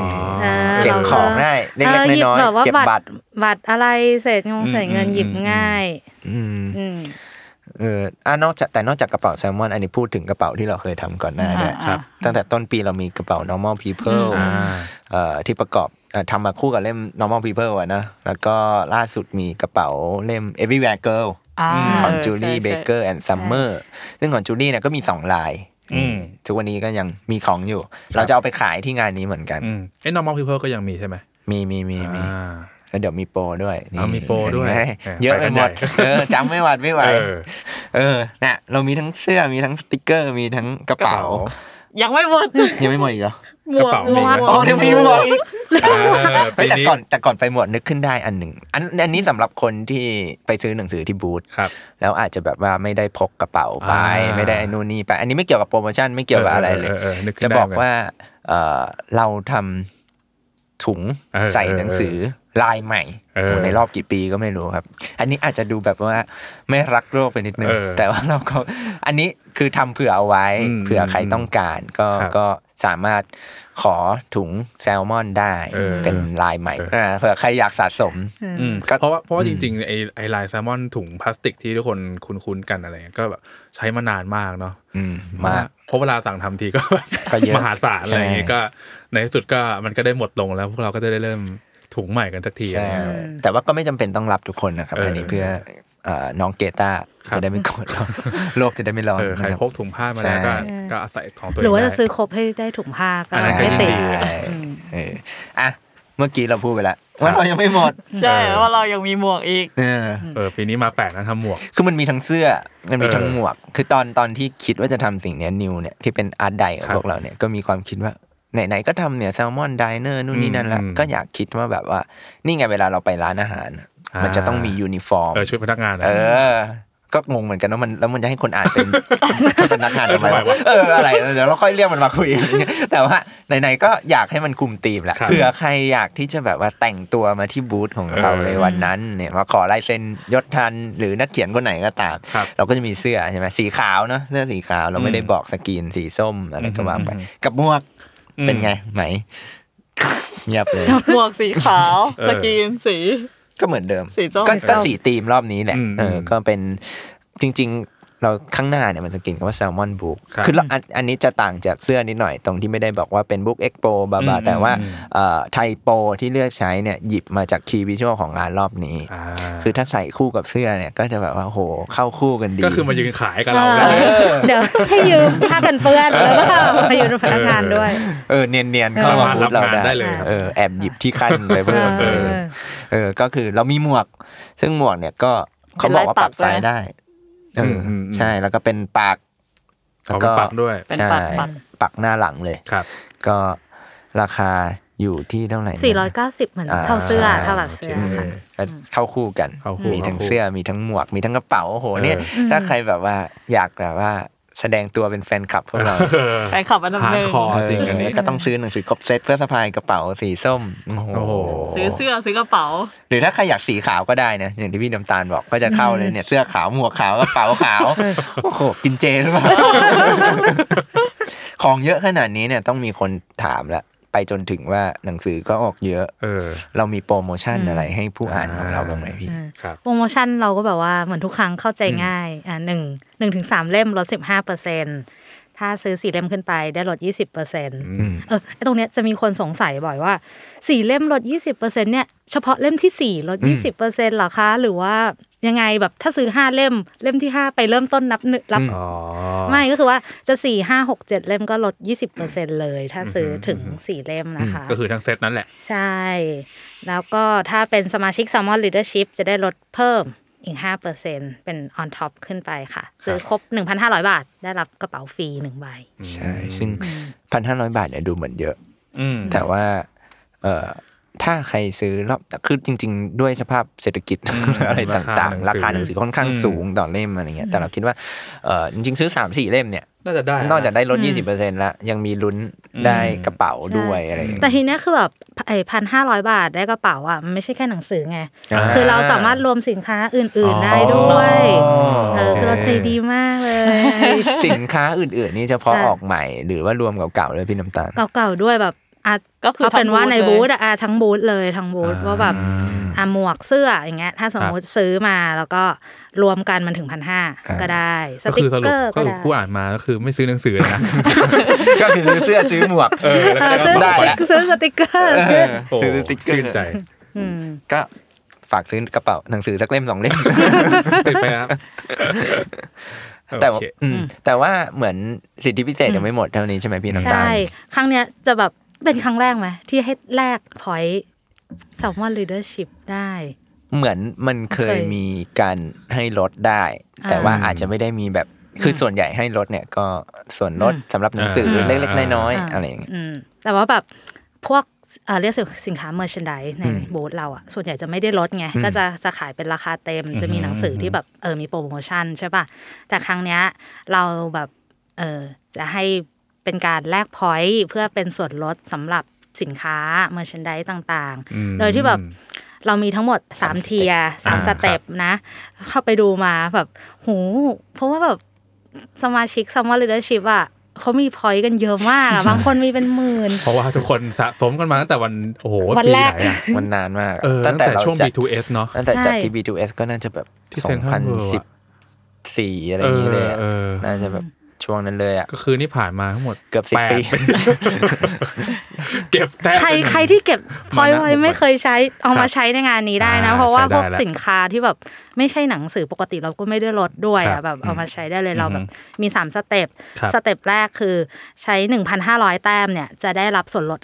S6: ออ
S4: เก็บของได้เล็กๆ
S6: ออหบ
S4: น้อยๆ
S6: แบบว่า
S4: เก็บบัตร
S6: บัตรอะไรเศษงงเศษเงินหยิบง่าย
S4: อืม
S6: อืม
S4: เอออ่ะนอกจากแต่นอกจากกระเป๋าแซลมอน อันนี้พูดถึงกระเป๋าที่เราเคยทำก่อนหน้าด้วย
S6: อ่าครับ
S4: ตั้งแต่ต้นปีเรามีกระเป๋า normal people
S5: อ่า
S4: เอ่อที่ประกอบเอ่อทำมาคู่กับเล่ม normal people อะนะแล้วก็ล่าสุดมีกระเป๋าเล่ม everywhere girl
S3: อ่า
S4: ของ
S3: เออ
S4: จูลี่
S3: ใช่
S4: เบ
S3: ใช่
S4: เกอร์แอนด์ซัมเมอร์ซึ่งของจูลี่เนี่ยก็มีสองลาย
S5: อืม
S4: ทุกวันนี้ก็ยังมีของอยู่ เราจะเอาไปขายที่งานนี้เหมือนกัน
S5: อืมเอ้ normal people ก็ยังมีใช่ไหม
S4: มีมีมีมี
S5: อ่า
S4: แล้วเดี๋ยวมีโปรด้วยนี่
S5: เอามีโปรด้วย
S4: เห็นไหม
S5: เออ
S4: เยอะ
S5: ไป
S4: ไป
S5: กัน
S4: หมด
S5: ใหญ่
S4: เออจำไม่หวัดไม่ไหว
S5: เออ
S4: เออน่ะเรามีทั้งเสื้อมีทั้งสติกเกอร์ มีทั้งกระ
S5: ก
S4: เป๋า
S5: ระเป๋
S3: ยังไม่หมด
S4: ยังไม่หมดอีกเหรอก
S3: หม
S5: กระ
S3: วก
S5: เป๋า
S3: หม
S5: มี
S3: วก
S5: ไหม
S4: อ๋อเดี๋ยวมีไม่หมดอีก
S5: เออ
S4: เฮ้
S5: ปี
S4: ยแต่
S5: นี้
S4: ก่อนแต่ก่อนไปหมวดนึกขึ้นได้อันหนึ่งอันอันนี้สำหรับคนที่ไปซื้อหนังสือที่บูธ
S5: ครับ
S4: แล้วอาจจะแบบว่าไม่ได้พกกระเป๋าไป
S5: อ่า
S4: ไม่ได้ไอ้นู่นนี่ไป อันนี้ไม่เกี่ยวกับโปรโมชั่นไม่เกี่ยวกับอะไรเลย
S5: เออเออเออนึกขึ้น
S4: จะ
S5: ได้
S4: บอกว่าเออเราทำถุง
S5: เออ
S4: ใส่หนังสือลายใหม่
S5: เออ
S4: โหในรอบกี่ปีก็ไม่รู้ครับ อันนี้อาจจะดูแบบว่าไม่รักโลกไปนิดนึง
S5: เออ
S4: แต่ว่าเราก็อันนี้คือทำเผื่อเอาไว้
S5: อืม
S4: เผื่อใครต้องการ ก็
S5: ครับ
S4: ก็สามารถขอถุงแซลมอนได้
S5: เออ
S4: เป็น ลายใหม่อ่าเผื่อใครอยากสะสม
S5: อืม
S4: ก็
S5: เพราะว่าเพราะว่าจริงๆไอ้ไอ้ลายแซลมอนถุงพลาสติกที่ทุกคนคุ้นๆกันอะไรเงี้ยก็แบบใช้มานานมากเนาะ
S4: อืมมา
S5: เพราะเวลาสั่งทำทีก็
S4: ก็เยอะ
S5: มหาศาล
S4: ใช่
S5: อะไรอย่างงี้ก็ ในที่สุดก็มันก็ได้หมดลงแล้วพวกเราก็จะได้เริ่มถุงใหม่กันสักทีอะไร
S4: ใช่
S5: เงี้ย
S4: แต่ว่าก็ไม่จำเป็นต้องรับทุกคนนะครับ
S5: เอออั
S4: อันนี้เพื่อเอ่อน้องเกต้า
S5: ครับ
S4: จะได้ไม่โกรธเรา โลกจะได้ไม่ร้อน
S5: เออใคร
S4: นะบ
S5: พกถุงผ้ามาแล้วก็
S4: ใช่
S5: ก็อาศัยของตัวเอง
S6: หรือว่า
S5: ได้
S6: จะซื้อครบให้ได้ถุงผ้าก็
S5: อันนั้นก็
S6: ได้
S5: ยิ่ง
S6: ติด
S5: ดี
S4: ใช่เอออ่ะเมื่อกี้เราพูดไปแล้วว่าเรายังไม่หมด
S3: ใช่เพราะว่าเรายังมีหมวก อีก
S4: เออ
S5: เออปีนี้มาแปลกนะทำหมวก
S4: คือมันมีทั้งเสื้อมันมี
S5: เออ
S4: ทั้งหมวก คือตอนตอนที่คิดว่าจะทำสิ่งเนี้ยนิวเนี่ยที่เป็นอาร์ตไดของ
S5: ครับ
S4: พวกเราเนี่ยก็มีความคิดว่าไหนๆก็ทำเนี่ยแซลมอนไดเนอร์นู่นนี่นั่นแล้ว
S5: อืม
S4: ก็อยากคิดว่าแบบว่านี่ไงเวลาเราไปร้านอาหาร
S5: อ่ามั
S4: มันจะต้องมียูนิฟอร์ม
S5: เออช่วยพนักงานนะ
S4: เออ ก็งงเหมือนกันว่ามันแล้วมันจะให้คนอ่าน เป็น เป็นพนักงานทำไม
S5: เออทำไมวะ
S4: วะเอออะไรเดี๋ยวเราค่อยเรียกมันมาคุย แต่ว่าไหนๆก็อยากให้มันคุมธีมแหละ
S5: ครับ
S4: เผื่อใครอยากที่จะแบบว่าแต่งตัวมาที่บูธของเราในวันนั้นเนี่ยมาขอลายเซ็นยศทันหรือนักเขียนคนไหนก็ตาม
S5: ครับ
S4: เราก็จะมีเสื้อใช่ไหมสีขาวเนอะเสื้อสีขาวเราไม่ได้บอกสกรีนสีส้มอะไรก็ว่าไปกับหมวก
S5: อืม
S4: เป็นไงไหม เงียบเลย
S3: หมวกสีขาว
S5: เออ
S3: สกรีนสี
S4: ก็เหมือนเดิม
S3: สีส้ม
S4: ก็
S3: สีส้ม
S4: ก็สีธีมรอบนี้แหละ
S5: อืม
S4: เอออ
S5: ม
S4: ก็เป็นจริง ๆ เราข้างหน้าเนี่ยมันจะกินคำว่าแซลมอนบุ๊ก
S5: ครับ
S4: คือเราอันอันนี้จะต่างจากเสื้อนิดหน่อยตรงที่ไม่ได้บอกว่าเป็นบุ๊กเอ็กโปบาบา
S5: อืม
S4: แต่ว่า
S5: อืม
S4: ไทโปที่เลือกใช้เนี่ยหยิบมาจากคีย์วิชวลของงานรอบนี้
S5: อ่า
S4: คือถ้าใส่คู่กับเสื้อเนี่ยก็จะแบบว่าโหเข้าคู่กันดี
S5: ก็คือมายืนขายกับเรา
S6: เอ
S5: แล้ว
S6: อเดี๋ยวให้ยืมผ้ากันเปื้อนแล้วก็ให้ยืมพนักงานด้วย
S4: เออเนียนๆเข้า
S5: สา
S4: มา
S5: มา
S4: บู
S5: รถรับ
S4: ธเรา
S5: งานได้
S4: ได้
S5: เลยครับ
S4: เออแอบหยิบที่ขั้นไปเพิ่ม
S6: เอ
S4: เอ
S6: อ
S4: อเออก็คือเรามีหมวก ซึ่งหมวกเนี่ยก็เขาบอกว่าปรับไซส์ได้เอออ
S5: ม
S4: ใช่แล้วก็เป็นปาก
S5: ขอมาปักด้วย
S3: เป็น
S4: ใช่
S3: ปักปัก
S4: ปักหน้าหลังเลย
S5: ครับ
S4: ก็ราคาอยู่ที่เท่าไหร่นะ
S6: 490 เหมือนเท่าเสื้อเท่ากับเสื้อ
S4: อืม
S6: ค่ะ
S4: ก็เข้าคู่กัน
S5: เข้าคู่
S4: มีทั้ง
S5: ข้าคู่
S4: เสื้อมีทั้งหมวกมีทั้งกระเป๋าโอ้โห
S5: เออ
S4: เนี่ย ถ้าใครแบบว่าอยากแบบว่าแสดงตัวเป็นแฟนคลับพวกเรา
S5: เออ
S3: ไปขับอันดับ
S5: หา
S3: หนึ่ง
S5: คอจริงอันนี้
S4: เก็ต้องซื้อหนังสือครบเซตเพื่อสะพายกระเป๋าสีส้ม
S5: โอ้โห
S3: ซื้อเสื้อซื้อกระเป๋า
S4: หรือถ้าใครอยากสีขาวก็ได้นะอย่างที่พี่น้ำตาลบอกก็จะเข้าเลยเนี่ยเสื้อขาวหมวกขาวกระเป๋า ขาวโอ้โหกินเจหรือเปล่า ของเยอะขนาดนี้เนี่ยต้องมีคนถามละไปจนถึงว่าหนังสือก็ออกเยอะ
S5: เออ
S4: เรามีโปรโมชั่นอะไรให้ผู้อ่านของเราบ้างไหมพี่
S5: ครับ
S6: โปรโมชั่นเราก็แบบว่าเหมือนทุกครั้งเข้าใจง่ายอ่าหนึ่งหนึ่งถึงสามเล่มลดสิบห้าเปอร์เซ็น ถ้าซื้อสี่เล่มขึ้นไปได้ลด 20%เออไอตรงเนี้ยจะมีคนสงสัยบ่อยว่าสี่เล่มลด 20%เนี่ยเฉพาะเล่มที่สี่ลด
S7: อื
S6: 20%เหรอคะ หรือว่ายังไงแบบถ้าซื้อห้าเล่มเล่มที่ห้าไปเริ่มต้นนับหนึ่งรับ
S5: อ๋อ
S6: ไม่ก็คือว่าจะสี่ห้าหกเจ็ดเล่มก็ลด 20%เลย ถ้าซื้อถึงสี่เล่มนะคะ
S5: ก็คือทั้งเซตนั่นแหละ
S6: ใช่ แล้วก็ถ้าเป็นสมาชิก s ซ l m o n Leadership จะได้ลดเพิ่มอีก 5%เป็น on top ขึ้นไปค่ะ ซื้อครบ 1,500 บาท ได้รับกระเป๋าฟรีหนึ่งใบ
S4: ใช่ ซึ่งพันห้าร้อยบาทเนี่ยดูเหมือนเยอะ แต่ว่าเอ่อถ้าใครซื้อรอบคือจริง ๆ ด้วยสภาพเศรษฐกิจ อะไร
S5: ราคา
S4: ต่าง
S5: หนังสือ
S4: ๆ ราคาหนังสือค่อนข้าง
S5: อืม
S4: สูงต่อเล่มอะไรเงี้ยแต่เราคิดว่าเอ่อจริง ๆ ซื้อสามสี่เล่มเนี่ย
S5: น่าจะได้นะ
S4: นอกจากได้ลด
S5: อืม
S4: ยี่สิบเปอร์เซ็นต์ละยังมีลุ้นได้กระเป๋าด้วยอะไรอย่างเงี้ย
S6: แต่ทีเนี้ยคือแบบไอ้พันห้าร้อยบาทได้กระเป๋าอ่ะ มันไม่ใช่แค่หนังสือไง
S4: อ่า
S6: คือเราสามารถรวมสินค้าอื่น ๆ ได้ด้วยเออคือเราใจดีมากเลย
S4: สินค้าอื่น ๆ นี่เฉพาะ
S6: อ่า
S4: ออกใหม่ หรือว่ารวมกับเก่าด้วยพี่น้ำตาล
S6: เก่าๆด้วยแบบอ่ะ
S3: ก็คือ
S6: เอาเป็นว่าใน
S3: ทั้งบู
S6: บู
S3: ธ
S6: ธ
S3: เลย
S6: อะอ่ะทั้งบูธเลยทั้งบูธว่าแบบอ่ะหมวกเสื้ออย่างเงี้ย ถ้าสมมติซื้อมาแล้วก็รวมกันมันถึงพันห้า
S5: อ่า
S6: ก็ได้ส
S5: ก็
S6: ติ
S5: คือส
S6: ก
S5: รุป
S6: เกอร์
S5: ก็
S6: ก็
S5: คือ
S6: ได้
S5: ผู้อ่านมาก็คือไม่ซื้อหนังสือนะ
S4: ก็คือซื้อเสื้อซื้อหมวก
S5: เออแล้ว
S6: เอ
S5: ก็
S6: อซื้อส
S5: ได้
S6: ติ
S5: ละ
S6: กซื้อสติกเกอร์
S4: เออ
S5: โอ้โห
S4: ซื้อสติ๊กเกอร์
S5: ชื่นใจ
S6: ม
S4: ก็ฝากซื้อกระเป๋าหนังสือสักเล่มสองเล่ม
S5: ติดไปครับ
S4: แต่ว่า
S5: โอเค
S4: อืมแต่ว่าเหมือนสิทธิพิเศษยังไม่หมดเท่านี้ใช่ไหมพี่น้ำตาล
S6: ใช่ ครั้งเนี้ยจะแบบเป็นครั้งแรกไหมที่ให้แลกพอยต์สมมติ leadership ได้
S4: เหมือนมันเคย
S6: เคย
S4: มีการให้ลดได้
S6: อ่า
S4: แต่ว่าอาจจะไม่ได้มีแบบคืออส่วนใหญ่ให้ลดเนี่ยก็ส่วนลดสำหรับหนังสืออ
S6: ม
S4: เล็กๆน้อยๆอะไรอย่างเงี้ย
S6: อืมแต่ว่าแบบพวกเอ่อเรียกสินค้าเมอร์ชนดายใน
S4: อืม
S6: บูธเราอะส่วนใหญ่จะไม่ได้ลดไง
S4: อืม
S6: ก็จะจะขายเป็นราคาเต็ม
S4: อืม
S6: จะมีหนังสือที่แบบเออมีโปรโมชั่นใช่ป่ะ แต่ครั้งเนี้ยเราแบบเออจะให้เป็นการแลกพอยต์เพื่อเป็นส่วนลดสำหรับสินค้าเมอร์ชนดายต่าง
S5: อืม
S6: ๆ โดยที่แบบเรามีทั้งหมด 3 เทียสาม
S5: อ่า
S6: สเต็ปนะ เข้าไปดูมาแบบโหเพราะว่าแบบ สมาชิกซัมมอนเลดเดอร์ชิพอ่ะเขามีพอยต์กันเยอะมากอะบางคนมีเป็นหมื่น
S5: เพราะว่าทุกคนสะสมกันมาตั้งแต่วันโอ้โห
S6: วัน
S5: ปี
S6: แรก
S5: ไหนอะ
S4: มันนานมากอะ
S5: เออตั้
S4: ตั้ง
S5: ง
S4: แต่
S5: แต่
S4: เรา
S5: ช่วง
S4: จัด
S5: B2S เนาะ
S4: ตั้งแต่จาก
S6: ใช่
S4: ที่ B2S ก็น่าจะแบบ
S5: ที่ Central World อะ
S4: 2014อะไรอย่างเงี้ยเลยอะ
S5: เออเออ
S4: น่าจะแบบช่วงนั้นเลยอ่ะ
S5: ก็คือนี่ผ่านมาทั้งหมด
S4: เกือบสิบ
S5: แด
S4: ปี
S5: เก็บแต้ม
S6: ใครใครที่เก็บพอยต์
S5: มานะ
S6: ไว้ไม่เคยใช้เอามาใช้ในงานนี้ได้นะ
S5: อ่า
S6: เพราะว่า
S5: ใช้ได้
S6: พวก
S5: ละ
S6: สินค้าที่แบบไม่ใช่หนังสือปกติเราก็ไม่ได้ลดด้วย
S5: ครั
S6: อะ
S5: บ
S6: แบบเอามาใช้ได้เลยเราแบบ
S5: อือฮึ
S6: มี 3 สเต็ป
S5: ครับ
S6: สเต็ปแรกคือใช้ 1,500 แต้มเนี่ย จะได้รับส่วนลด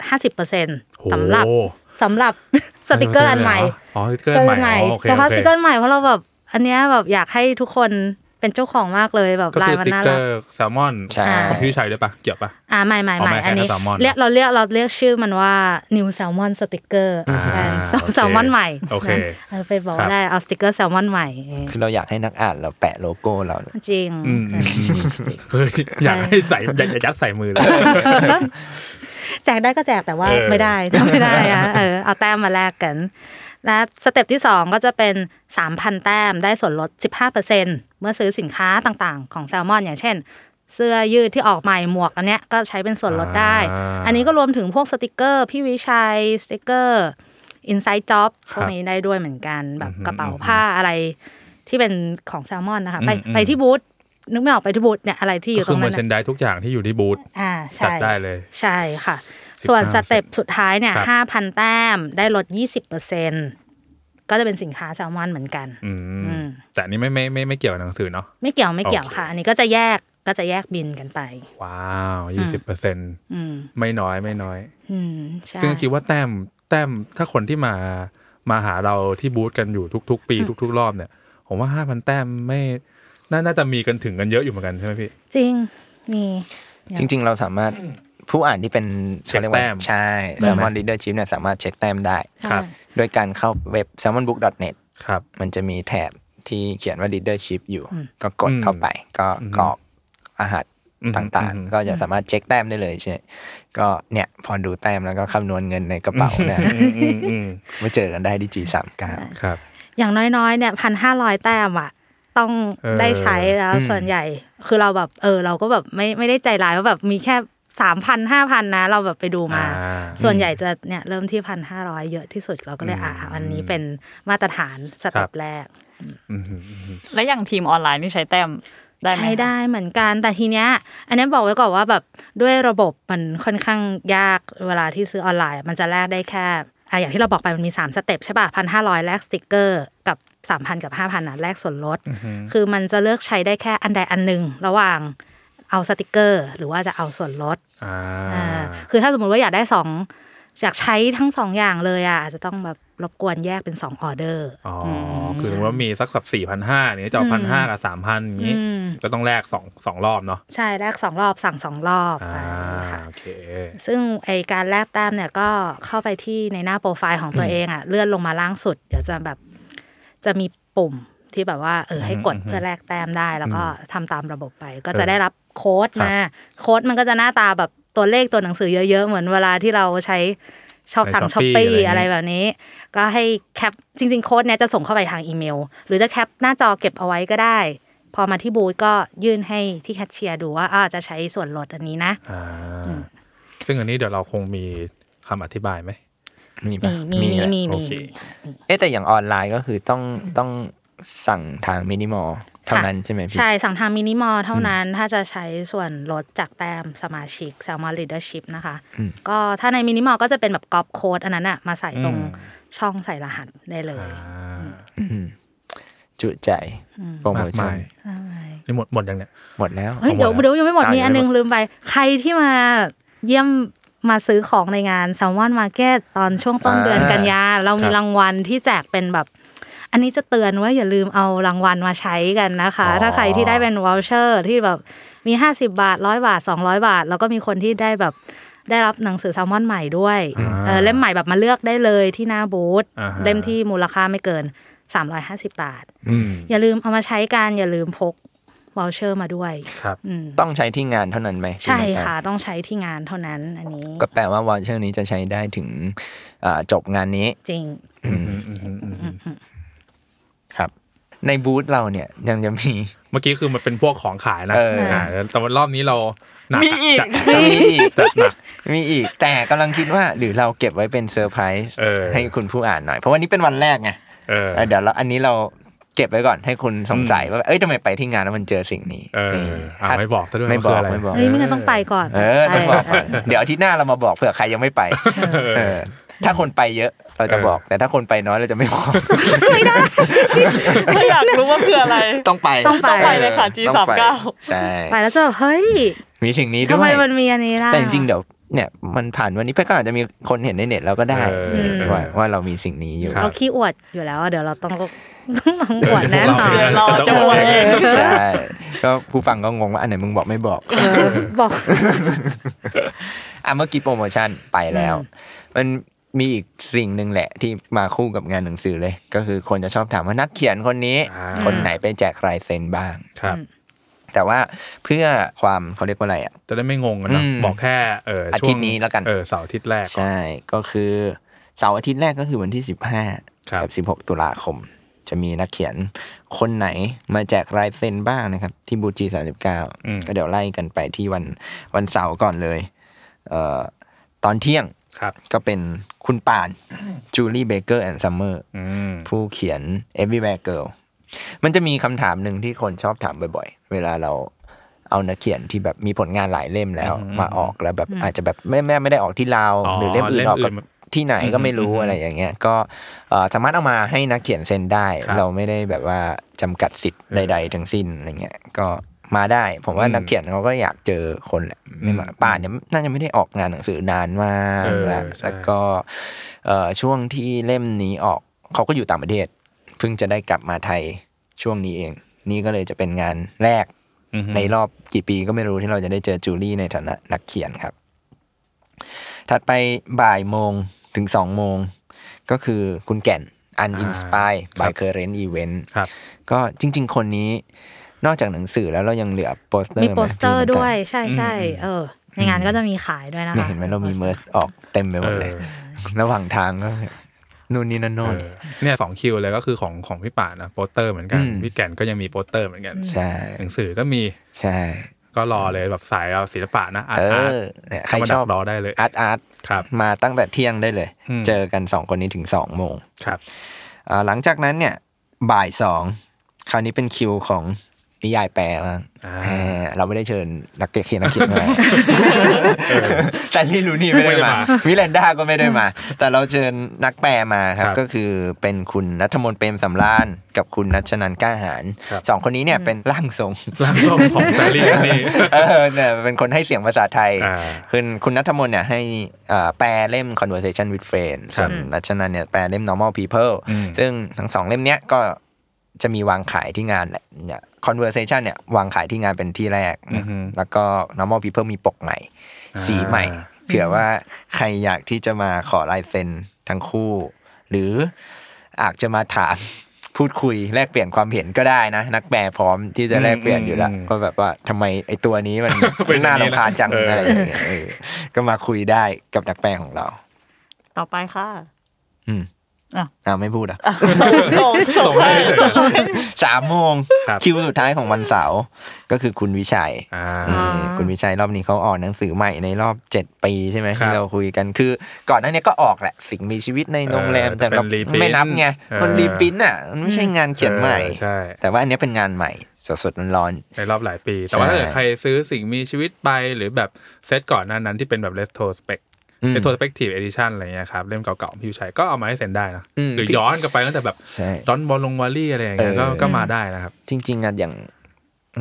S6: 50%สำหรับ
S5: โอ้โ
S6: สำหรับสติกเกอร์อันใหม่
S5: อ๋อสติกเกอร์อันใหม่อ๋อโอเค
S6: สภาพ
S5: โอ
S6: ส
S5: เค
S6: ติกเกอร์ใหม่เพราะเราแบบอันเนี้ยแบบอยากให้ทุกคนเป็นเจ้าของมากเลยแบบ
S5: ก็
S6: ลา
S5: คื
S6: ย
S5: อ
S6: มัน
S5: ติ๊ก
S6: น่า
S5: เกอ
S6: รัก
S5: ร์แซลมอน
S4: ใช่
S5: ของพี่วิชัยด้วยปะเกี่ยวปะ
S6: อ่าใหม่ใหม่
S5: อ๋อ
S6: ใหม่
S5: ไม่
S6: อันนี้
S5: แค่ Salmon
S6: เรียกเราเรียกเราเรียกชื่อมันว่า new salmon sticker แซล
S5: โอเค
S6: แซลมอนใหม่
S5: โอเค
S6: นะเออไปบอก
S5: ครับ
S6: ได้เอาสติกเกอร์แซลมอนใหม่เออ
S4: คือเราอยากให้นักอ่านเราแปะโลโก้เรา
S6: จริง
S5: อืมอืมอืมเฮ้ยอยากให้ใส่อยากจะยัดใส่มือเลย
S6: แจกได้ก็แจกแต่ว่า
S5: เออ
S6: ไม่ได้ทำไม่ได้อะเออเอาแต้มมาแลกกัน และสเต็ปที่ 2 ก็จะเป็น 3,000 แต้มได้ส่วนลด 15%เมื่อซื้อสินค้าต่างๆ ของแซลมอน อย่างเช่น เสื้อยืดที่ออกใหม่หมวกอันเนี้ยก็ใช้เป็นส่วนลดได้
S5: อ่า
S6: อันนี้ก็รวมถึงพวกสติกเกอร์ พี่วิชัย สติกเกอร์ Inside Job พวกนี้ได้ด้วยเหมือนกันแบบกระเป๋าผ้าอะไรที่เป็นของแซลมอนนะคะ ไป
S5: อืมอืม
S6: ไปที่บูธนึกไม่ออกไปที่บูธเนี่ยอะไรที่อ
S5: ก็
S6: ยู่ต
S5: คื
S6: ร
S5: องเมอ
S6: นั้น
S5: ร์เช
S6: น่ะ
S5: นไดทุกอย่างที่อยู่ที่บูธ
S6: อ่า
S5: จัด
S6: ใช่
S5: ได้เลย
S6: ใช่ค่ะ
S5: 15
S6: ส่วนสเต็ปสุดท้ายเนี่ย
S5: ครับ
S6: ห้าพันแต้มได้ลดยี่สิบเปอร์เซ็นก็จะเป็นสินค้าแซลมอนเหมือนกัน
S5: อืม
S6: อืม
S5: แต่อันนี้ไม่ไม่ไม่ไม่เกี่ยวกับหนังสือเนาะ
S6: ไม่เกี่ยวไม่เกี่ยว
S5: โอเค
S6: ค่ะ อันนี้ก็จะแยกก็จะแยกบินกันไป
S5: ว้าวยี่สิบเปอร์เซ็นต์
S6: อืม
S5: ไม่น้อยไม่น้อย
S6: อืมใช่
S5: ซึ่งคิดว่าแต้มแต้มถ้าคนที่มามาหาเราที่บูธกันอยู่ทุก ๆ ปีทุก ๆ รอบเนี่ย ผมว่าห้าพันแต้มไม่นาน่าจะมีกันถึงกันเยอะอยู่เหมือนกันใช่ไหมพี่
S6: จริงมี
S4: จริง ๆ เราสามารถผู้อ่านที่เป็น
S5: เช็ค
S4: ขารียกว่า
S5: แต้ม
S4: ใช่
S5: ได้
S4: แซ
S5: ไหม
S4: ลมอนลีดเดอร์ชิพเนี่ยสามารถเช็คแต้มได้
S5: ครับ
S4: โดยการเข้าเว็บ salmonbook.net
S5: ครับ
S4: มันจะมีแถบที่เขียนว่า leadership อยู่ ก็กด
S5: อืม
S4: เข้าไป ก็กรอกอาหาร
S5: อืม
S4: ต่าง
S5: อืม
S4: ๆ ก็จะสามารถเช็คแต้มได้เลยใช่ ก็เนี่ยพอดูแต้มแล้วก็คำนวณเงินในกระเป๋าเนะ
S5: อืมอืมอืม
S4: มาเจอกันได้ที่ G สามเก้า
S5: ครับ
S6: อย่างน้อยๆเนี่ยพันห้าร้อยแต้มอ่ะต้อง
S5: เออ
S6: ได้ใช้แล้ว
S4: อืม
S6: ส่วนใหญ่ คือเราแบบเออ เราก็แบบไม่ไม่ได้ใจร้ายว่าแบบมีแค่สามพันห้าพันนะ เราแบบไปดูมา
S5: อ่า
S6: ส่วนใหญ่จะเนี่ยเริ่มที่พันห้าร้อยเยอะที่สุดเราก็เลยอ่าอันนี้เป็นมาตรฐานสเต็ปแรก
S3: แล้วอย่างทีมออนไลน์นี่ใช้แต้ม ได้ไหม
S6: ใช้ได้เหมือนกัน แต่ทีเนี้ย อันเนี้ยบอกไว้ก่อนว่าแบบด้วยระบบมันค่อนข้างยากเวลาที่ซื้อออนไลน์อะมันจะแลกได้แค่อ่ะอย่างที่เราบอกไปมันมี 3 สเต็ปใช่ป่ะพันห้าร้อยแลกสติกเกอร์กับ 3,000 กับ 5,000นะแลกส่วนลด คือมันจะเลือกใช้ได้แค่อันใดอันหนึ่งระหว่างเอาสติกเกอร์ หรือว่าจะเอาส่วนลด
S5: อ่า
S6: อ่าคือถ้าสมมติว่าอยากได้สองอยากใช้ทั้งสองอย่างเลยอ่ะอาจจะต้องแบบรบกวนแยกเป็นสองออเดอร์
S5: อ๋ออคือสมมติว่ามีสักสับสี่พันห้าเนี่ยจะเอาพันห้ากับสามพันอย่างนี้
S6: อืม
S5: ก็ต้องแลกสองสองรอบเนาะ
S6: ใช่แลกสองรอบสั่งสองรอบ
S5: อ่า
S6: อะไรอย่างเงี้ยค่ะ
S5: โอเค
S6: ซึ่งไอการแลกแต้มเนี่ยก็เข้าไปที่ในหน้าโปรไฟล์ของตัวเองอ่ะเลื่อนลงมาล่างสุด เดี๋ยวจะแบบจะมีปุ่มที่แบบว่าเออให้กด
S5: อืม
S6: เพื่อแลกแต้มได้ แล้วก็ทำตามระบบไป ก็จะ
S5: เออ
S6: ได้รับโค้ด
S5: ครับ
S6: มาโค้ดมันก็จะหน้าตาแบบตัวเลขตัวหนังสือเยอะ ๆ เหมือนเวลาที่เราใช้ ชอบสั่ง
S5: ใน
S6: ช้อป
S5: Shopee
S6: ปี้
S5: อะ
S6: อะไร
S5: เงี้ย
S6: ไรแบบนี้ ก็ให้แคปจริง ๆ โค้ดเนี่ยจะส่งเข้าไปทางอีเมล หรือจะแคปหน้าจอเก็บเอาไว้ก็ได้ พอมาที่บูธก็ยื่นให้ที่แคชเชียร์ดูว่าอาจะใช้ส่วนลดอันนี้นะ
S5: อ่าซึ่งอันนี้เดี๋ยวเราคงมีคำอธิบายไหม
S4: มีปะ
S6: มีมี
S4: แหละ
S6: มีมี
S4: โอเคเอ๊ะแต่อย่างออนไลน์ก็คือต้องต้องสั่งทางมินิมอลเท่า
S6: ค่ะ
S4: นั้นใช่ไหมพี่
S6: ใช่ สั่งทางมินิมอลเท่านั้น ถ้าจะใช้ส่วนลดจากแต้มสมาชิกแซลมอนลีดเดอร์ชิพนะคะ
S4: อืม
S6: ก็ถ้าในมินิมอลก็จะเป็นแบบก๊อปโค้ดอันนั้นอะมาใส่ตรง
S5: อืม
S6: ช่องใส่รหัสได้เลย
S5: อ่า
S4: อืมจุใจโปรโม
S5: มาก
S4: ชั่
S5: มาน ย
S6: ใช่
S5: นี่หมดหมดยังเนี่ย
S4: หมดแล้ว
S6: เฮ้ยเดี๋ยว
S5: เอาหมด
S6: เดี๋ยวยังไม่หมด
S4: อ่ะ
S6: มีอันนึงลืมไป ใครที่มาเยี่ยมมาซื้อของในงานแซลมอนมาร์เก็ตตอนช่วงต้น
S4: อ่า
S6: เดือนกันยา เรา
S4: ค
S6: มี
S4: รับ
S6: รางวัลที่แจกเป็นแบบ อันนี้จะเตือนว่าอย่าลืมเอารางวัลมาใช้กันนะคะ
S4: อ๋อ
S6: ถ้าใครที่ได้เป็นวอลเชอร์ที่แบบมี 50 บาท 100 บาท 200 บาท แล้วก็มีคนที่ได้แบบได้รับหนังสือแซลมอนใหม่ด้วย
S5: อ่า
S6: เออเล่มใหม่แบบมาเลือกได้เลยที่หน้าบูธ
S5: อ่าฮะ
S6: เล่มที่มูลค่าไม่เกิน 350 บาท
S5: อืม
S6: อย่าลืมเอามาใช้กันอย่าลืมพกวอลเชอร์มาด้วย
S5: ครับ
S6: อืม
S4: ต้องใช้ที่งานเท่านั้นไหม
S6: ใช่
S4: ที่งาน
S6: ค่ะ ต้องใช้ที่งานเท่านั้นอันนี้
S4: ก็แปลว่าวอลเชอร์นี้จะใช้ได้ถึงอ่าจบงานนี้
S6: จริง
S4: ครับ ในบูธเราเนี่ยยังจะมี
S5: เมื่อกี้คือมันเป็นพวกของขายนะ
S4: เออ
S5: าแต่ว่ารอบนี้เราหนัก
S3: มีอีก
S5: จัด
S4: มีอีก
S5: จัดหนัก
S4: มีอีก แต่กำลังคิดว่าหรือเราเก็บไว้เป็นเซอร์ไพรส์
S5: เออ
S4: ให้คุณผู้อ่านหน่อย เพราะวันนี้เป็นวันแรกไง
S5: เออ
S4: เออเดี๋ยวเราอันนี้เราเก็บไว้ก่อนให้คุณสงสัยว่าเอ้ยทำไมไปที่งานแล้วมันเจอสิ่งนี้
S5: เออเอาไม่บอกซะด้วย
S4: ไม่
S5: ว่าคือ อ
S4: บ
S5: ก อะไร
S4: ไม่บอก
S6: เฮ้ยไม่งั้นต้องไปก่อน
S4: เออ
S6: ไป
S4: ต้องบอกก่อนเดี๋ยวอาทิตย์หน้าเรามาบอกเผื่อใครยังไม่ไปเออถ้าคนไปเยอะเราจะบอก แต่ถ้าคนไปน้อยเราจะไม่บอก
S6: ไม่ได้
S3: ถ้าอยากรู้ว่าคืออะไร
S4: ต้องไป
S6: ต้องไป
S3: ต้องไปเลยค่ะ G
S4: ต้องไป
S3: สามเก้า
S4: ใช่
S6: ไปแล้วจะแบบเฮ้ย
S4: มีสิ่งนี้ด้วย
S6: ทำไมมันมีอันนี้ล่ะ
S4: แต่จริงๆเดี๋ยวเนี่ยมันผ่านวันนี้ไปก็อาจจะมีคนเห็นในเน็ตเราก็ได้
S5: เออ
S6: อืม
S4: ว่าว่าเรามีสิ่งนี้อยู่
S5: ครับ
S6: เราขี้อวดอยู่แล้วเดี๋ยวเราต้องต้องลองอวดแน่นอน
S3: เดี๋ยวเราจะอวดเอง
S4: ใช่ก็ผู้ฟังก็งงว่าอันไหนมึงบอกไม่บอก
S6: เออบอก
S4: อ่ะเมื่อกี้โปรโมชั่นไปแล้ว
S6: อืม
S4: มันมีอีกสิ่งหนึ่งแหละที่มาคู่กับงานหนังสือเลย ก็คือคนจะชอบถามว่านักเขียนคนนี้
S5: อ่า
S4: คนไหนไปแจกลายเซ็นบ้าง
S5: ครับ
S4: แต่ว่าเพื่อความเขาเรียกว่าอะไรอ่ะ
S5: จะได้ไม่งงกันเนอะ
S4: อืม
S5: บอกแค่เอออา
S4: อาทิตย์นี้แล้วกัน
S5: เออเสาร์อาทิตย์แรก
S4: ใช่ ก็คือเสาร์อาทิตย์แรกก็คือวันที่ 15
S5: ครับ
S4: กั16 ตุลาคม จะมีนักเขียนคนไหนมาแจกลายเซ็นบ้างนะครับ ที่บูจี 39 ก็เดี๋ยวไล่กันไปที่วันวันเสาร์ก่อนเลยเอ่อตอนเที่ยง
S5: ครับ
S4: ก็เป็นคุณป่าน จูลี่เบเกอร์แอนด์ซัมเมอร์
S5: อืม
S4: ผู้เขียน Everywhere Girl มันจะมีคำถามหนึ่งที่คนชอบถามบ่อยๆ เวลาเราเอานักเขียนที่แบบมีผลงานหลายเล่มแล้ว มาออกแล้วแบบอาจจะแบบไม่แม่ไม่ได้ออกที่เรา
S5: อ๋อ
S4: หรือเล่มอื่นออกกั
S5: เล่มอื่
S4: บ
S5: นมัน
S4: ที่ไหนก็ไม่รู้
S5: อืม
S4: อะไรอย่างเงี้ย ก็เอ่อสามารถเอามาให้นักเขียนเซ็นได้
S5: ครับ
S4: เราไม่ได้แบบว่าจำกัดสิทธิ์ใด ๆ ทั้งสิ้นอะไรเงี้ย ก็มาได้ ผมว่านักเขียนเขาก็อยากเจอคนแหละไม่มาป่านเนี่ยน่าจะไม่ได้ออกงานหนังสือนานมาก
S5: เออ
S4: แล้ว
S5: ใช่
S4: แล้วก็เอ่อช่วงที่เล่มนี้ออกเขาก็อยู่ต่างประเทศ เพิ่งจะได้กลับมาไทยช่วงนี้เอง นี่ก็เลยจะเป็นงานแรก
S5: อือฮึ
S4: ในรอบกี่ปีก็ไม่รู้ที่เราจะได้เจอจูลี่ในฐานะนักเขียนครับ ถัดไปบ่ายโมงถึงสองโมง ก็คือคุณแก่นอันอินสปายบายเคอร์เรนต์อีเวนต์
S5: ครับ
S4: ก็จริง ๆ คนนี้นอกจากหนังสือแล้วเรายังเหลือโปสเตอร์
S6: มีโปสเตอร์
S4: ไหม
S6: ด้วยใช่ใช่เออ ในงานก็จะมีขายด้วยนะ
S4: เนี่ย
S6: คะ
S4: เห็นไหมเรามีเมอร์สออกเต็มไปหมดเลย
S5: เออ
S4: ระหว่างทางก็นู่นนี่นั่นโน่น
S5: เออเนี่ยสองคิวเลยก็คือของของพี่ป่านนะโปสเตอร์เหมือนกัน
S4: อืม
S5: พี่แก่นก็ยังมีโปสเตอร์เหมือนกัน
S4: ใช่
S5: หนังสือก็มี
S4: ใช่
S5: ก็รอเลยแบบสายเอาศิลปะนะอาร์
S4: เอ
S5: ตอาร์ต
S4: อเนี่ยใคร
S5: มา
S4: ช
S5: ดั
S4: อบ
S5: กรอได้เลย
S4: อาร์ตอาร์ต
S5: ครับ
S4: มาตั้งแต่เที่ยงได้เลย
S5: อืม
S4: เจอกันสองคนนี้ถึงสองโมง
S5: ครับ
S4: อ่าหลังจากนั้นเนี่ยบ่ายสองคราวนี้เป็นคิวของ นิยายแปลบ้างเออเราไม่ได้เชิญนักเขียนนักเขียน มาแต่ลี่ลูนี่ไม่ได้มามิแลนดาก็ไม่ได้มา แต่เราเชิญนักแปลมาครับก็คือเป็นคุณนัทมนต์เปรมสำราญกับคุณนัชนันท์กล้าหารสองคนนี้เนี่ยเป็นร่างทรง
S5: ร่างทรงของสาลีนี่
S4: เออเนี่ยเป็นคนให้เสียงภาษาไทย
S5: อ่า
S4: คุณคุณนัทมนต์เนี่ยให้อ่าแปลเล่ม conversation with friend ส่วนรัชนันเนี่ยแปลเล่ม normal people
S5: อืม
S4: ซึ่งทั้งสองเล่มเนี้ยก็จะมีวางขายที่งานแหละเนี่ย conversation เนี่ยวางขายที่งานเป็นที่แรก
S5: อือฮึ
S4: แล้วก็ normal people มีปกใหม่ สีใหม่ เผื่อว่าใครอยากที่จะมาขอลายเซ็นทั้งคู่ หรืออาจจะมาถาม พูดคุยแลกเปลี่ยนความเห็นก็ได้นะ นักแปลพร้อมที่จะแลกเปลี่ยนอยู่แล้ว
S5: อืมอืม
S4: ก็แบบว่าทำไมไอตัวนี้ มัน
S5: เป็นอย่างนี้นะ
S4: น่ารำคาญจัง
S5: เอออ
S4: อะไรอย่างเงี้ยเออก็มาคุยได้กับนักแปลของเรา
S3: ต่อไปค่ะ
S4: อืม
S3: อ่ะ
S4: อ่าไม่พูดอ่ะ
S3: ส่งส่ง
S5: ส่งให้เฉย
S4: สามโมง
S5: ครับ
S4: คิวสุดท้ายของวันเสาร์ก็คือคุณวิชัย
S5: ๆอ่า
S4: เออคุณวิชัยรอบนี้เขาออกหนังสือใหม่ในรอบ 7 ปีใช่ไหม
S5: ครับ
S4: ที่เราคุยกันคือ ก่อนหน้านี้ก็ออกแหละสิ่งมีชีวิตในโรงแรม
S5: เออแต่
S4: แต่เรา
S5: เป็นรีพริ้นท์
S4: ไม่นับไง
S5: เออ
S4: มันรีพริ้นท์อ่ะมันไม่ใช่งานเขียนใหม่
S5: ออใช่
S4: แต่ว่าอันเนี้ยเป็นงานใหม่ สดๆร้อน
S5: ในรอบหลายปี แต่ว่า
S4: ใช่
S5: ถ้าเกิดใครซื้อสิ่งมีชีวิตไปหรือแบบเซตก่อนหน้านั้นที่เป็นแบบ retrospect
S4: อืม
S5: retrospective edition อะไรเงี้ยครับ เล่มเก่าๆของพี่วิชัยก็เอามาให้เซ็นได้นะ
S4: อืม
S5: หรือย้อนกลับไปตั้งแต่แบบ
S4: ใช่
S5: ดอนบอลลงวอลลี่อะไรอย่างเงี้ย
S4: เออ
S5: ก็ก็มาได้นะครับ
S4: ๆจริงๆงานอย่าง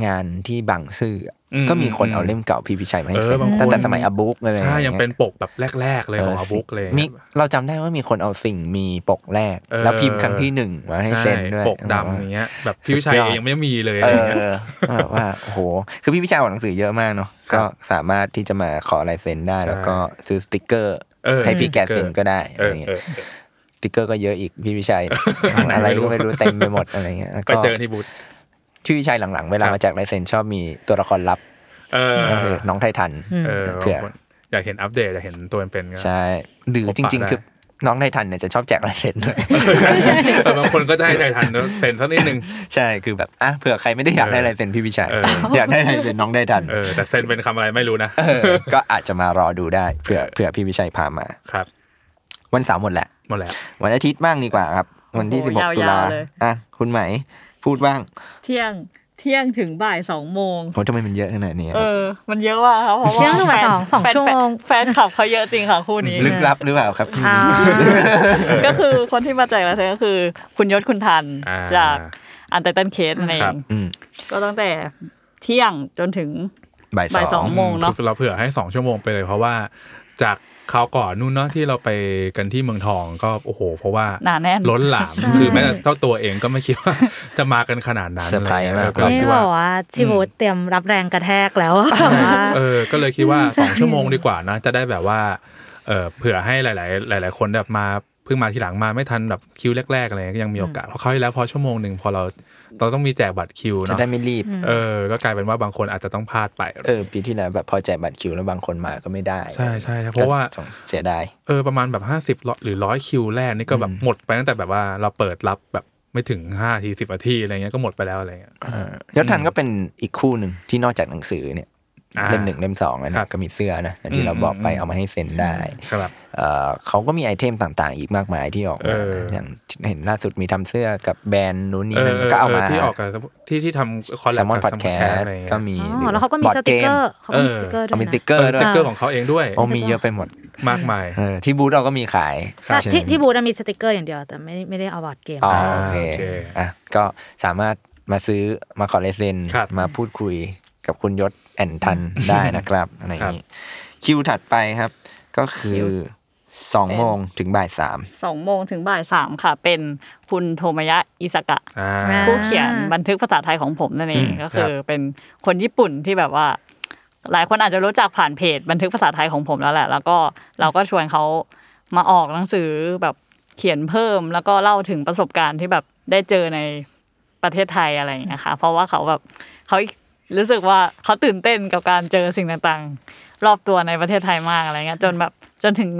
S4: งานที่บางซื่ออะ
S5: อืม
S4: ก็มีคน
S5: อืม
S4: เอาเล่มเก่าพี่วิชัยมาให้
S5: เออ
S4: เซ็น
S5: บางคน
S4: ตั้งแต่สมัยอาบุ๊กอะไร
S5: ใช่ ยังเป็น
S4: อา
S5: ปกแบบแรก ๆ เลยของอาบุ๊กเลย
S4: มีเราจำได้ว่ามีคนเอาสิ่งมีปกแรก แล้วพิมพ์ครั้งที่หนึ่งมาให้เซ็นด้วย
S5: ปกดำอย่างเงี้ยแบบพี่วิชัยเองยังไม่มีเลยอะไรเงี้ย
S4: เออแบบว่าโอ้โห คือพี่วิชาออกหนังสือเยอะมากเนาะ ก็สามารถที่จะมาขอลายเซ็นได้
S5: ใช่
S4: แล้วก็ซื้อสติกเกอร์
S5: เออ
S4: ให้พี่แกเซ็นก็ได้
S5: เอ
S4: อะไร
S5: อ
S4: เงี้
S5: เอย อเออ
S4: สติกเกอร์ก็เยอะอีกพี่วิชัยอะไรก็ไม่รู้เต็มไปหมดอะไรเงี้ยแล้ว
S5: ไป
S4: ก็
S5: เจอที่บูธ
S4: พี่วิชัยหลังๆ เวลา
S5: ครับ
S4: มาจากลายเซ็นชอบมีตัวละครลับ
S5: เออ
S4: ก็คือน้องไททัน
S5: เออ
S4: เผื่อ
S5: อยากเห็นอัปเดตอยากเห็นตัวเป็นๆก็
S4: ใช่หรือจริง
S5: ได้
S4: ๆ คือน้องไททันเนี่ยจะชอบแจกลายเซ็นด้วย
S5: ใช่เออบางคนก็จะให้ใจทันแล้วเซ็นสักนิดนึง
S4: ใช่คือแบบอ่ะเผื่อใครไม่ได้อยากได้ลายเซ็นพี่วิชัย
S5: เออ
S4: อยากได้ลายเซ็นน้องไททัน
S5: เออแต่เซ็นเป็นคำอะไรไม่รู้นะ
S4: เออก็อาจจะมารอดูได้เผื่อเผื่อพี่วิชัยพามา
S5: ครับ
S4: วันเสาร์หมดแหละ
S5: หมดแล้ว
S4: วันอาทิตย์บ้างดีกว่าครับ วันที่
S3: โอ้โห
S4: 16 ตุลา
S3: า
S4: ย
S3: วๆเลย
S4: อ่ะ คุณไหม พูดบ้าง
S3: เที่ยงเที่ยงถึงบ่ายสองโมง
S4: โหทำไมมันเยอะขนาดนี้ค
S3: เอ
S4: รั
S3: อ
S4: บ
S3: มันเยอะว่ะครับเพราะว่า
S6: เที่ยงถึงบ่ายสองสอ
S3: แฟน
S6: งชั่วโมง
S3: แฟนแฟนคลับเขาเยอะจริงค่ะคู่นี้
S4: ลึกลับหรือเปล่าครับ
S6: อ่า
S3: ก็คือคนที่มาแจกลายเซ็นก็คือ คุณยศคุณทัน
S5: อ่า
S3: จากอันเตอร์เทนเคสนั่นเอ
S5: ครั
S3: ง
S5: บ
S4: อืม
S3: ก็ตั้งแต่เที่ยงจนถึง
S4: บ่าย
S3: บ่าย
S4: ส
S3: ส
S4: อ
S3: อง งโมง เนอะ
S5: คือเราเผื่อให้สองชั่วโมงไปเลย เพราะว่าจากคราวก่อนนู่นเนาะที่เราไปกันที่เมืองทองก็โอ้โห เพราะว่า
S3: หนาแน่น
S5: ล้นหลาม คือแม้แต่เจ้าตัวเองก็ไม่คิดว่า จะมากันขนาดนั้น
S4: เซอร์ไพรส์
S5: ะงี้ย
S4: มาก
S5: ก็เลย
S6: นี่
S5: คิด
S6: บ
S5: ว่า
S6: อกว่าชีวุตเตรียมรับแรงกระแทกแล้วว่า
S5: เออ ก็เลยคิดว่าสองชั่วโมงดีกว่านะ จะได้แบบว่า เออเผื่อให้หลาย ๆ หลาย ๆ คนแบบมาเพิ่งมาทีหลังมาไม่ทันแบบคิวแรก ๆ อะไรเงี้ยก็ยังมีโอกาสเพราะเขาวที่แล้วพอชั่วโมงหนึ่งพอเราเราต้องมีแจกบัตรคิว
S4: จะ
S5: เนาะ
S4: ได้ไม่รีบ
S5: เออ ก็กลายเป็นว่าบางคนอาจจะต้องพลาดไป
S4: เออ ปีที่แล้วแบบพอแจกบัตรคิวแล้วบางคนมาก็ไม่ได้
S5: ใช่ใช่ครับเพราะว่า
S4: ก็เสียดาย
S5: เออประมาณแบบห้าสิบหรือร้อยคิวแรกนี่ก็แบบหมดไปตั้งแต่แบบว่าเราเปิดรับแบบไม่ถึงห้าทีสิบนาทีอะไรเงี้ยก็หมดไปแล้วอะไรเงี้ย
S4: เออยศทันก็เป็นอีกคู่หนึ่งที่นอกจากหนังสือเนี่ย
S5: อ่า
S4: เล่มหนึ่งเล่มสองแล้ว
S5: ครั
S4: นะ
S5: บ
S4: ก็มีเสื้อนะอย่างที่เราบอกไป
S5: อืม
S4: เอามาให้เซ็นได้
S5: ครับ
S4: เอ่อเขาก็มีไอเทมต่างๆ อีกมากมายที่ออกมา
S5: เอออ
S4: อย่างเห็นล่าสุดมีทำเสื้อกับแบรนด์นู้นนี่
S5: เอ
S4: นั่
S5: อน
S4: ก็เอามา
S5: ที่ออกกับที่ที่ทำคอลแล
S4: แซ
S5: บ
S4: มมอน
S5: กับ
S4: พอ
S5: ส
S4: ด
S5: ม
S4: แค
S5: แค
S4: ส
S5: ร์อะไร
S4: ต์
S5: เงี้ย
S4: ก็มี
S6: อ๋อแล้วเขาก็มีสติกเกอร์เขาก็มีสติกเกอร์ด้ว
S4: เอามี
S6: ย
S4: สติ
S5: เออสติ๊ก
S4: กเกอร์ด้วย
S6: นะ
S5: เกอร์ของเขาเองด้วย
S4: โอ้มีเยอะไปหมด
S5: มากมาย
S4: เออที่บูธเราก็มีขาย
S6: แต่
S4: ใช่
S6: ที่
S4: ไหม
S6: ที่บูธอะมีสติกเกอร์อย่างเดียว แต่ไม่ไม่ได้เอาบอร์ดเกม
S4: อ๋อโอเค
S5: โอเค
S4: อ่ะก็สามารถมาซื้อมาขอลายเซ็น
S5: ครับ
S4: มาพูดคุยกับคุณยศแอนทันได้นะครับ อะไรอย่างนี้ คิวถัดไปครับ ก็คือ
S3: คิว
S4: สองโมงถึงบ่ายสาม
S3: สองโมงถึงบ่ายสามค่ะ เป็นคุณโทมยะอิสกะ
S5: อ่า
S3: ผู้เขียนบันทึกภาษาไทยของผมนั่นเอง
S5: อืม
S3: ก็คือเป็นคนญี่ปุ่นที่แบบว่า หลายคนอาจจะรู้จักผ่านเพจบันทึกภาษาไทยของผมแล้วแหละ แล้วก็เราก็ชวนเขามาออกหนังสือแบบเขียนเพิ่ม แล้วก็เล่าถึงประสบการณ์ที่แบบได้เจอในประเทศไทยอะไรอย่างเงี้ยค่ะเพราะว่าเขาแบบเขารู้สึกว่าเขาตื่นเต้นกับการเจอสิ่งต่างๆ รอบตัวในประเทศไทยมากอะไรเงี้ยจนแบบจนถึง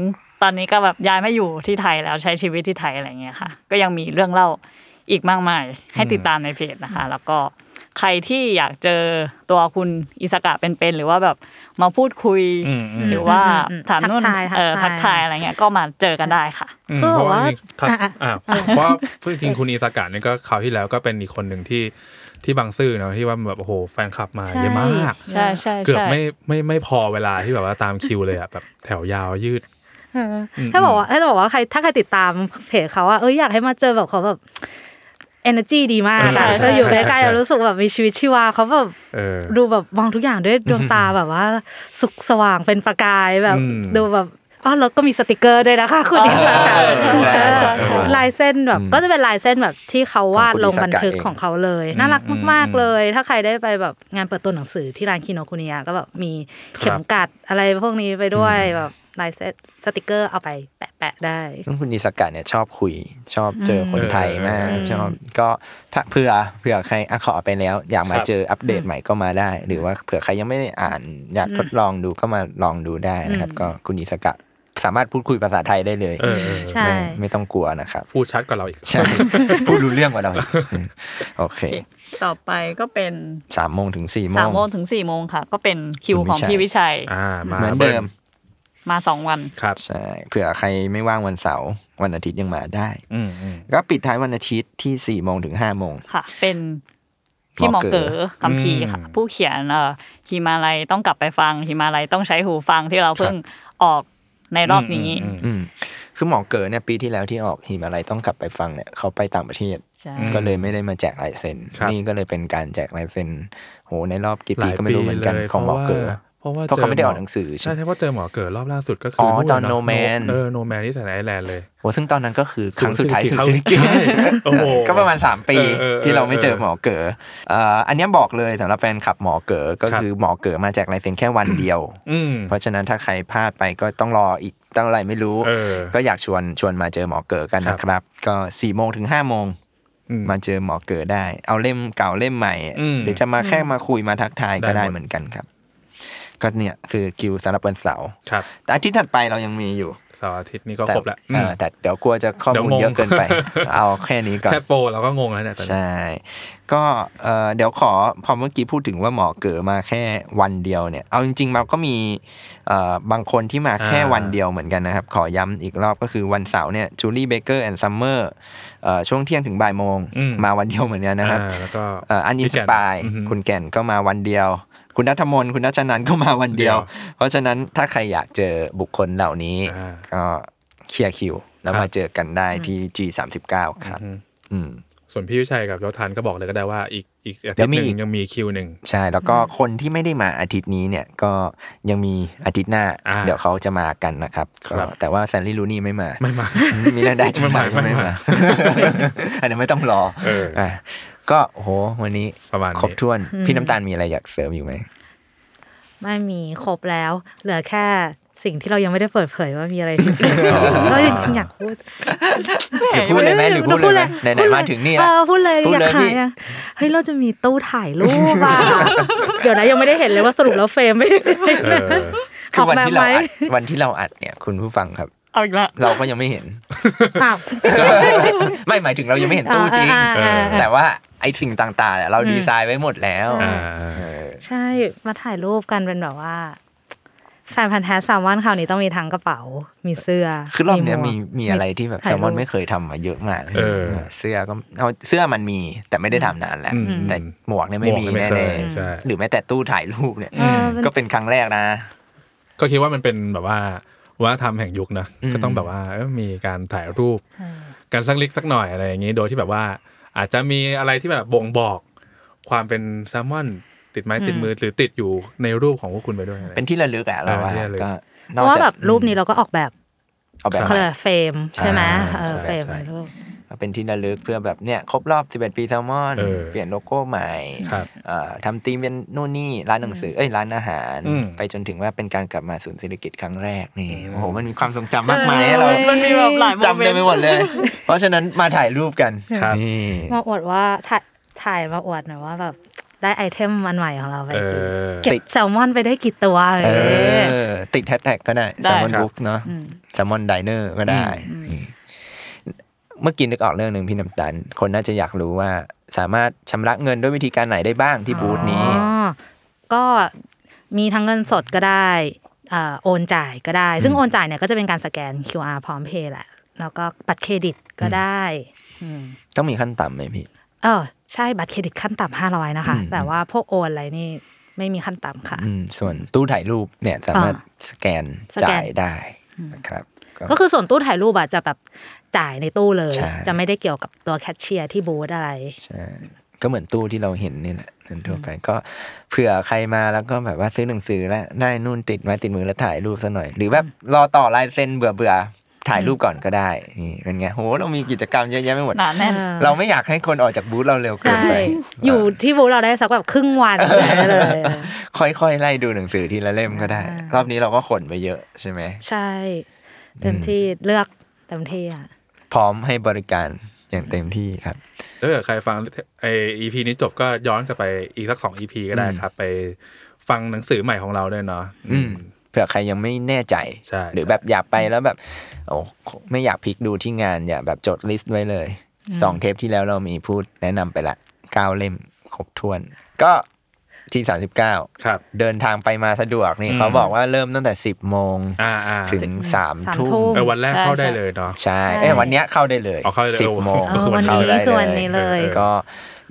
S3: ตอนนี้ก็แบบย้ายมาอยู่ที่ไทยแล้วใช้ชีวิตที่ไทยอะไรเงี้ยค่ะ ก็ยังมีเรื่องเล่า อีกมากมายให้ติดตามในเพจนะคะ แล้วก็ ใครที่อยากเจอตัวคุณอิสกะเป็นๆหรือว่าแบบมาพูดคุย
S5: อืมอืม
S3: หรือว่าถามนู่น
S6: ทักทายทัก
S3: เออ
S6: ทาย
S3: ทักทายอะไรเงี้ยก็มาเจอกันได้ค่ะ
S5: อืม
S6: คือ
S5: เพ
S6: แบบ
S5: ราะว่า
S6: ว่า
S5: จริงๆครับ
S6: อ่ะ
S5: อ่ะ
S6: อ่ะ
S5: เพราะว่าจริงๆคุณอิสากะเนี่ยก็คราวที่แล้วก็เป็นอีกคนหนึ่งที่ที่บางซื่อเนาะที่ว่าแบบโอ้โหแฟนคลับมาเยอะมาก
S3: ใช่ใช่
S5: เกือบ
S3: ใช่
S5: ไม่ไม่ไม่พอเวลาที่แบบว่าตามคิวเลยอะแบบแถวยาวยืด
S6: เออถ้าบอกว่าถ้าบอกว่าใครถ้าใครติดตามเพจเขาว่าเอ้ยอยากให้มาเจอแบบเขาแบบ energy ดีมาก
S5: ใช่
S6: อะ
S5: ใช่
S6: ก็อยู่
S5: ใช่
S6: ใกล้ๆ
S5: ใช่
S6: เรารู้สึกแบบมีชีวิตชีวาเขาแบบ
S5: เออ
S6: ดูแบบมองทุกอย่างด้วยดวงตาแบบว่า สุขสว่างเป็นประกายแบบ
S5: อืม
S6: ดูแบบอ๋อแล้วก็มีสติกเกอร์ด้วยนะคะคุณดิสาค่ะ
S4: ใช่ใช่
S6: ลายเส้นแบบก็จะเป็นลายเส้นแบบที่เขาวาดลงบันทึก
S4: ของคุณอิสากะเอง
S6: ของเขาเลย น่ารักมากๆเลย ถ้าใครได้ไปแบบงานเปิดตัวหนังสือที่ร้านคิโนคุนิยะก็แบบมีเข็มกัดอะไรพวกนี้ไปด้วยแบบลายเส้นสติกเกอร์เอาไปแปะๆได้
S4: ซึ่งคุณอิสกะเนี่ยชอบคุย ชอบเจอคนไทยมาก
S5: อืม
S4: ชอบก็ถ้าเผื่อเผื่อใครอ่ะขอไปแล้ว อยากมา
S5: ครับ
S4: เจออัปเดตใหม่ก็มาได้ หรือว่าเผื่อใครยังไม่ได้อ่าน อยากทดลองดูก็มาลองดูได้นะครับ ก็คุณอิสกะสามารถพูดคุยภาษาไทยได้เลย
S5: เออเออ
S6: ใช่
S4: ไม่ไม่ต้องกลัวนะครับ
S5: พูดชัดกว่าเราอีก
S4: ใช่ พูดรู้เรื่องกว่าเราอีกอืมโอเค
S3: ต่อไปก็เป็น
S4: สามโมงถึงสี่โม
S3: สาม
S4: ง
S3: โมงถึงสี่โมงค่ะ ก็เป็นคิว
S4: คุณ
S3: ของ
S4: วิชัย
S3: พี่วิชัย
S5: อ่ามา
S4: เหมือนเดิม
S3: มาสองวัน
S5: ครับ
S4: ใช่เผื่อใครไม่ว่างวันเสาร์วันอาทิตย์ยังมาได้
S5: อืมอืม
S4: ก็ปิดท้ายวันอาทิตย์ที่สี่โมงถึงห้าโมง
S3: ค่ะ เป็นพี่หมอ
S4: หมอเก๋
S3: เก๋
S4: อ
S3: คัมภีร์ค่ะ
S5: อืม
S3: ผู้เขียนเอ่อฮิมาลัยต้องกลับไปฟังฮิมาลัยต้องใช้หูฟังที่เราเพิ่งออกในรอบนี้
S5: อืมอืม
S4: อืมคือหมอเก๋อเนี่ยปีที่แล้วที่ออกหิมอะไรต้องกลับไปฟังเนี่ยเขาไปต่างประเทศ
S3: ใช่
S4: ก็เลยไม่ได้มาแจกลายเซ็น
S5: ครับ
S4: นี่ก็เลยเป็นการแจกลายเซ็นโหในรอบกี่
S5: ห
S4: ปี
S5: ลาย
S4: ก็ไม่รู้เหมือนกัน
S5: ปีลย
S4: ของหมอเก๋อ
S5: เพราะว่า
S4: เพราะเขาไม่ได้ออก
S5: จ
S4: หนังสือใช่
S5: ใช่ใช่เพราะเจอหมอเกิดรอบล่าสุดก็คื
S4: อ๋อ
S5: นู่ะ
S4: ตอน No Man
S5: เออโนแมนที่ใส่ไอแลนด์เลย
S4: โหซึ่งตอนนั้นก็คือครั้งสุดท้าย
S5: สู่
S4: สุด
S5: สู่
S4: สิงกิ
S5: ใช่โอ้โห
S4: ก็ประมาณ 3 ปี
S5: เออเออ
S4: ที่เราไม่เจอ
S5: เออ
S4: หมอเก๋อเอ่ออันเนี้ยบอกเลยสำหรับแฟนคลับหมอเก๋อก็
S5: ครับ
S4: คือหมอเก๋อมาแจกลายเซ็นแค่วันเดียว
S5: อืม
S4: เพราะฉะนั้นถ้าใครพลาดไปก็ต้องรออีกตั้งอะไรไม่รู้
S5: เออ
S4: ก็อยากชวนชวนมาเจอหมอเก๋อกัน
S5: ครั
S4: นะ
S5: บ
S4: ครับ ก็4ี่โมงถึง5้าโมง
S5: อืม
S4: มาเจอหมอเก๋อได้ เอาเล่มเก่าเล่มใหม่
S5: อืม
S4: หรือจะมาแค่มาคุยมาทักทายก็
S5: ได้
S4: ได้
S5: หมด
S4: เหมือนกันครับ ก็เนี่ยคือคิวสำหรับวันเสาร์
S5: ครับ
S4: แต่อาทิตย์ถัดไปเรายังมีอยู่
S5: เสาร์อาทิตย์นี้ก็
S4: แต่
S5: ครบแล้วอืม
S4: เออแต่เดี๋ยวกลัวจะข้อ
S5: เดี๋ยว
S4: มูล
S5: งง
S4: เยอะเกินไป เอาแค่นี้ก่อน
S5: แค่โฟร์เราก็งงแล้วเนี่ยตอนนี้
S4: ใช่ ก็เอ่อเดี๋ยวขอพอเมื่อกี้พูดถึงว่าหมอเก๋อมาแค่วันเดียวเนี่ย เอาจริงๆมันก็มีเอ่อบางคนที่มาแค่
S5: อ่า
S4: วันเดียวเหมือนกันนะครับ ขอย้ำอีกรอบก็คือวันเสาร์เนี่ยจูลี่เบเกอร์แอนด์ซัมเมอร์ช่วงเที่ยงถึงบ่ายโมง มาวันเดียวเหมือนกันนะครับ
S5: อ่าแล้วก็
S4: เอ่ออันอินสปาย
S5: พี่แก่นอือหือ
S4: คุณแก่นก็มาวันเดียว คุณนัทมนต์คุณนัชนันก็มาวันเดียว
S5: เดี
S4: เพราะฉะนั้นถ้าใครอยากเจอบุคคลเหล่านี้
S5: อ่า
S4: ก็เคลียร์คิว แล้ว
S5: ครับ
S4: มาเจอกันได้ที่ G39 ครับ อืม
S5: ส่วนพี่วิชัยกับยศทันก็บอกเลยก็ได้ว่าอีกอีกอา
S4: เดี๋
S5: ทิต
S4: ยว
S5: ย์
S4: มี
S5: หนึ่
S4: อีก
S5: งยังมีคิวหนึ่ง
S4: ใช่ แล้วก็คนที่ไม่ได้มาอาทิตย์นี้เนี่ยก็ยังมีอาทิตย์หน้า
S5: อ่า
S4: เดี๋ยวเขาจะมากันนะครับ
S5: ครับ
S4: ก็แต่ว่าแซนลี่ลูนี่ไม่มา
S5: ไม่มา
S4: มีรายได้จุดหมายก็
S5: ไม่
S4: ไม่
S5: มา
S4: มา อันนี้ไม่ต้องรอ
S5: เอออ่
S4: ะก็โหวันนี้
S5: ประมาณนี้
S4: ครบถ้วน พี่น้ำตาลมีอะไรอยากเสริมอีกไหม
S6: ไม่มีครบแล้ว เหลือแค่สิ่งที่เรายังไม่ได้เปิดเผยว่ามีอะไร ที่เสียเพราะจริงๆอยากพูด
S4: หรือพูดเลยไหมหรือพูดเลยไหมไหนๆมาถึงนี่
S6: เอ
S4: แล้ว
S6: อพูดเลย
S4: พูด
S6: อยาก
S4: เลย
S6: ขา
S4: พี่
S6: ยอะเฮ้ยเราจะมีตู้ถ่ายรูปอ่ะ เดี๋ยวนะยังไม่ได้เห็นเลยว่าสรุปแล้วเฟรมไม่
S5: เออ
S4: คือวันที่เรา
S6: ออก
S4: อั
S6: แบบ
S4: ด
S6: ไหม
S4: วันที่เราอัดเนี่ยคุณผู้ฟังครับ
S3: เอาอีกละ
S4: เราก็ยังไม่เห็น
S6: อ้าว
S4: ไม่หมายถึงเรายังไม่เห็นตู้จริง
S6: อ่าอ่าอ่า
S5: เออ
S4: แต่ว่าไอ้สิ่งต่างๆเนี่ยเราดีไซน์ไว้หมดแล้ว
S5: อ่า
S4: เออ
S6: ใช่มาถ่ายรูปกันเป็นแบบว่า แฟนพันธ์แท้สามวันคราวนี้ต้องมีทั้งกระเป๋า มีเสื้อ
S4: คือรอบเนี้ยมี
S6: หวก
S4: มีอะไรที่แบบ
S6: ถ่า
S4: แซ
S6: ย
S4: ล
S6: รูป
S4: มอนไม่เคยทำมาเยอะมาก
S5: เออ
S4: เสื้อก็เอาเสื้อมันมีแต่ไม่ได้ทำนานแล้ว
S5: อืม
S4: แต่หมวกเนี่ยไม่
S5: หมวก
S4: มี
S5: เนี่ยไม่
S4: แน่
S5: เคยใช่
S4: ๆหรือแม้แต่ตู้ถ่ายรูปเนี่ย
S6: เออมัน
S4: ก็เป็นครั้งแรกนะ
S5: ก็คิดว่ามันเป็นแบบว่าวัฒนธรรมแห่งยุคนะ
S4: อืม
S5: ก็ต้องแบบว่าเอ้ยมีการถ่ายรูปกันสักเล็กสักหน่อยอะไรอย่างนี้ โดยที่แบบว่า อาจจะมีอะไรที่แบบบ่งบอกความเป็นแซลมอนติดไม้ติดมือหรือติดอยู่ในรูปของพวกคุณไปด้วยอะไร
S4: เป็นที่ระลึกอะเราว่า
S5: เออเป็นที่ระลึก
S4: ก็
S6: เพ
S4: นอก
S6: ราะว่า
S4: จาก
S6: แบบรูปนี้เราก็ออกแบบ
S4: เอาแบบ
S6: เขา
S4: ให
S6: เรีย
S4: ม่
S6: กอะไรเฟรมใช่ไหม
S4: อ่า
S6: เออ
S4: ใช่
S6: เฟรม
S4: ใช่
S6: รูป
S4: มาเป็นที่ระลึกเพื่อแบบเนี่ยครบรอบ 11 ปีแซลมอน
S5: เออ
S4: เปลี่ยนโลโก้ใหม่
S5: ครับ
S4: เอ่อทำธีมเป็นนู่นนี่ร้านหนังสือเอ้ยร้านอาหาร
S5: อืม
S4: ไปจนถึงว่าเป็นการกลับมาศูนย์เศรษฐกิจครั้งแรกนี่โอ้โหมันมีความทรงจำมากมายให้เรา
S3: มันมีแบบหลายโมเม
S4: จำได้
S3: นต์
S4: ไปหมดเลย เพราะฉะนั้นมาถ่ายรูปกัน
S5: ครับ
S4: นี่
S6: มาอวดว่าถ่ายถ่ายมาอวดหน่อยว่าแบบได้ไอเทมมันใหม่ของเราไป
S5: เอ
S6: จริง
S5: อ
S6: เก็บ
S4: ติด
S6: แซลมอนไปได้กี่ตัว
S4: เอ
S6: เออ
S4: อติดแฮชแท็กก็ได้แซ
S3: ได้
S4: ลมอน
S5: ครับ
S4: บุ๊กเนาะแซลมอนไดเนอร์ก็ได้นี่เมื่อกี้นึกออกเรื่องหนึ่งพี่น้ำตาลคนน่าจะอยากรู้ว่า สามารถชำระเงินด้วยวิธีการไหนได้บ้างที่บูธนี้
S6: อ๋อก็มีทั้งเงินสดก็ได้อ่าโอนจ่ายก็ได้ ซึ่งโอนจ่ายเนี่ยก็จะเป็นการสแกน QR พร้อมเพย์แหละ แล้วก็บัตรเครดิตก็ได้อืม
S4: ต้องมีขั้นต่ำไหมพี่
S6: เออใช่บัตรเครดิตขั้นต่ำห้าร้อยนะคะ
S4: อืม
S6: แต่ว่าพวกโอนอะไรนี่ไม่มีขั้นต่ำค่ะ
S4: อืมส่วนตู้ถ่ายรูปเนี่ยสามารถ
S6: อ่
S4: สแกน
S6: สแกน
S4: จ่ายได้นะครับ
S6: ก็คือส่วนตู้ถ่ายรูปอะจะแบบจ่ายในตู้เลย
S4: ใช่
S6: จะไม่ได้เกี่ยวกับตัวแคชเชียร์ที่บูธอะไร
S4: ใช่ก็เหมือนตู้ที่เราเห็นนี่แหละเงินทั่วไปก็เผื่อใครมาแล้วก็แบบว่าซื้อหนังสือแล้วได้นู่นติดไมาติดมือแล้วถ่ายรูปซะหน่อย หรือแบบรอต่อลายเซ็นเบื่อเบื่อๆถ่ายรูปก่อนก็ได้นี่เป็นไงโหเรามีกิจกรรมเยอะแยะไปหมด
S3: หนาแน่น
S4: เราไม่อยากให้คนออกจากบูธเราเร็วเกินไป
S6: ใช่ อยู่ที่บูธเราได้สักแบบครึ่งวันได้เลย
S4: ค่อยๆ ไล่ดูหนังสือทีละเล่มก็ได้ รอบนี้เราก็ขนไปเยอะใช่ไหม
S6: ใช่ เต็มที่เลือกเต็มที่อะ
S4: พร้อมให้บริการอย่างเต็มที่ครับ
S5: ถ้าเกิดใครฟังไอ EP นี้จบก็ย้อนกลับไปอีกสักสอง EP ก็ได้ครับ ไปฟังหนังสือใหม่ของเราด้วยเนาะ
S4: อืมเผื่อใครยังไม่แน่ใจ
S5: ใช่
S4: หรือแบบอยากไปแล้วแบบโอ้ไม่อยากพลิกดูที่งานอย่าแบบจดลิสต์ไว้เลย
S6: อืม
S4: สองเทปที่แล้วเรามีพูดแนะนำไปละเก้าเล่มครบถ้วน ก็ที่สามสิบเก้า
S5: ครับ
S4: เดินทางไปมาสะดวกนี่
S5: อืม
S4: เขาบอกว่าเริ่มตั้งแต่สิบโมง
S5: อ่าอ่า
S4: ถึงสาม
S6: สาม
S4: ทุ่
S6: ทุ่
S4: ม
S6: ม
S5: เออวันแรกเข้าได้เลยเนาะ
S4: ใช่เอ้ยวันเนี้ยเข้าได้เลย
S5: อ๋อเข้าได้เลย
S4: สิบโมง
S5: เออวันนี้
S4: เข้าได้
S6: คือวันนี้เลย
S4: ก็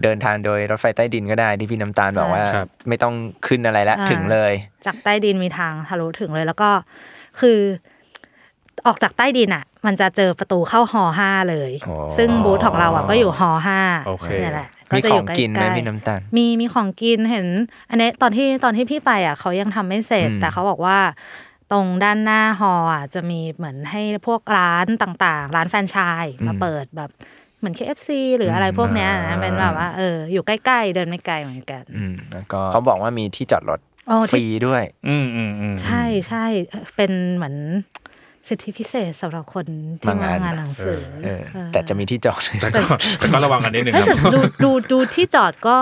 S4: เดินทางโดยรถไฟใต้ดินก็ได้ที่พี่น้ำตาลบอกว่า
S5: ครับ
S4: ไม่ต้องขึ้นอะไรละถึงเลย
S6: จากใต้ดินมีทางทะลุถึงเลยแล้วก็คือออกจากใต้ดินอ่ะ มันจะเจอประตูเข้าหอห้าเลย
S4: อ๋อ
S6: ซึ่งบูธของเราอ่ะก็อยู่หอห้า
S5: โอเค
S6: นี่ยแหละ
S4: มี
S6: จะ
S4: ข
S6: อ
S4: อยู่ ง
S6: ใล้ๆ
S4: กินไหมพี่น้ำตาล
S6: มีมีของกินเห็น อันนี้ตอนที่ตอนที่พี่ไปอ่ะเขายังทำไม่เสร็จ
S4: อืม
S6: แต่เขาบอกว่า ตรงด้านหน้าหออ่ะจะมีเหมือนให้พวกร้านต่างๆ ร้านแฟรนไชส์มาเปิดแบบเหมือน KFC หรืออะไรพวกเนี้ยนะเป็นแบบว่าเอออยู่ใกล้ๆเดินไม่ไกลเหมือนกัน
S4: อืมแล้วก็เขาบอกว่ามีที่จอดรถ
S6: อ๋อที่
S4: ฟรีด้วย
S5: อืมอืมอืม
S6: ใช่ใช่เอ่อเป็นเหมือนสิทธิพิเศษสำหรับคน
S4: มา
S6: ที่าง
S4: มาน
S6: งานหนังสือ
S4: เออ
S6: เออ
S4: แต่จะมีที่จอด
S5: แต่ก็แต่ก็ระวังกันนิดนึง
S6: เอ้ย
S5: ครับ
S6: แต่ดูดูดูที่จอดก็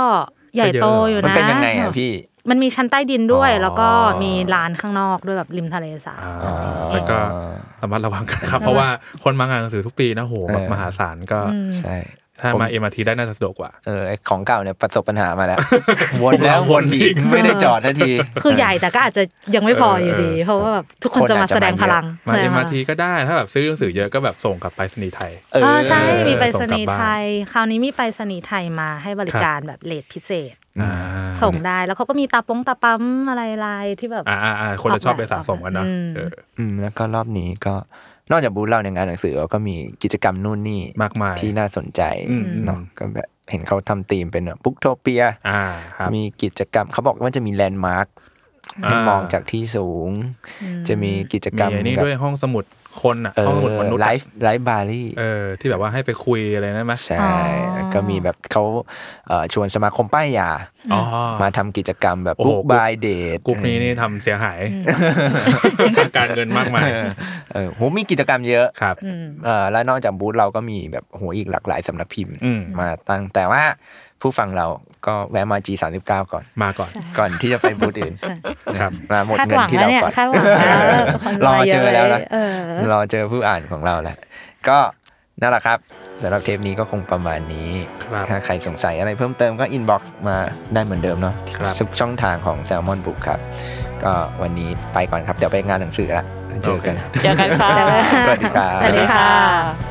S6: ใหญ่โตอยู่นะ
S4: มันเป็นยังไงอ่ะพี่
S6: มันมีชั้นใต้ดินด้วย
S5: อ๋อ
S6: แล้วก็มีลานข้างนอกด้วยแบบริมทะเลสาบ
S5: อ่าแต่ก็ระมัดระวังกันครับ เพราะว่าคนมางานหนังสือทุกปีนะโหแบบ
S4: เออ
S5: มหาศาลก็
S4: ใช่
S5: ถ้ามา
S4: ผม
S5: เอ็มอาร์ทีได้น่าจะสะดวกกว่า
S4: เออไอ้ของเก่าเนี่ยประสบปัญหามา แล้ว วนแล้ว
S5: เรา
S4: ว
S5: วน นอี
S4: อีก
S5: ก
S4: ไม่ได้จอดทันที
S6: คือใหญ่แต่ก็อาจจะยังไม่พออยู่ดี
S5: เออ
S6: เพราะว่าแบบทุกคนจะมาแสดงพลัง
S5: มา
S6: แสด
S5: เอ็
S6: ง
S5: ม
S6: พ
S5: อา
S6: ลั
S5: ร์
S6: ง
S5: ทีก็ได้ถ้าแบบซื้อหนังสือเยอะก็แบบส่งกลับไปสนีย์ไทย
S4: เออ
S6: อ๋อใช่
S5: เออ
S6: มีไป
S5: ส่ง
S6: ส
S5: กลับ
S6: นีย์
S5: บ้าน
S6: ไทย คราวนี้มีไปสนีย์ไทยมาให้บริการแบบเลทพิเศษ
S5: อ่า
S6: ส่งได้แล้วเขาก็มีตาปงตาปั๊มอะไรลายที่แบบ
S5: อ่าอ่าอ่าคนจะชอบไปสะสมกันเนาะ
S6: อืม
S5: เออ
S4: อืมแล้วก็รอบนี้ก็นอกจากบูธเราในยงานหนังสือเราก็มีกิจกรรมนู่นนี่
S5: มากมาย
S4: ที่น่าสนใจ
S5: อืม
S4: เนาะก็แบบเห็นเขาทำธีมเป็นบุ๊กโทเปีย
S5: อ่าครับ
S4: มีกิจกรรมเขาบอกว่าจะมีแลนด์มาร์คให้
S5: อ่าม ม
S4: องจากที่สูง จะมีกิจกรรม
S5: มีอันนี้ด้วยห้องสมุดคนอ่ะ
S4: เอ
S5: ห้อง
S4: อ
S5: สมุดมนุษย์
S4: ไล
S5: อะ
S4: ฟ์ไลฟ์บารี่
S5: เออที่แบบว่าให้ไปคุยอะไรนั่นไหม
S4: ใช่แล้วก็มีแบบเขาเอ่อชวนสมาคมป้ายยา
S5: อ๋อ
S4: มาทำกิจกรรมแบบ
S5: โอ้โห
S4: บุ๊กบายเดท
S5: กลุ่มนี้นี่ทำเสียหายทางการเงินมากมาย
S4: เออโหมีกิจกรรมเยอะ
S5: ครับ
S6: อืม
S4: เออแล้วนอกจากบูธเราก็มีแบบโหอีกหลากหลายสำนักพิมพ์
S5: อืม
S4: มาตั้งแต่ว่าผู้ฟังเราก็แวะมา G39 ก่อน
S5: มาก่อน
S4: ก่อนที่จะไปบูธอื่น
S5: ครับ
S4: มาหมด
S6: คาด
S4: เงิน
S6: หวัง
S4: ที่
S6: แล้ว
S4: เรา
S6: เนี่ย
S4: ก่อน
S6: คาดหวังแล้วคน
S4: รอ
S6: มาเย
S4: เจ
S6: อะ
S4: อแล้วนะ
S6: เออ
S4: รอเจอผู้อ่านของเราแหละก็นั่นแหละครับสำหรับเทปนี้ก็คงประมาณนี้
S5: ครับ
S4: ถ้าใครสงสัยอะไรเพิ่มเติมก็อินบ็อกซ์มาได้เหมือนเดิมเนาะ
S5: ครับ
S4: ทุกช่องทางของ s ซ l m o n Book ครับ ก็วันนี้ไปก่อนครับ เดี๋ยวไปงานหนังสือละเจอกัน
S3: เจอกันค่ะ
S4: สวัสดีครับ
S6: สวัสดีค่ะ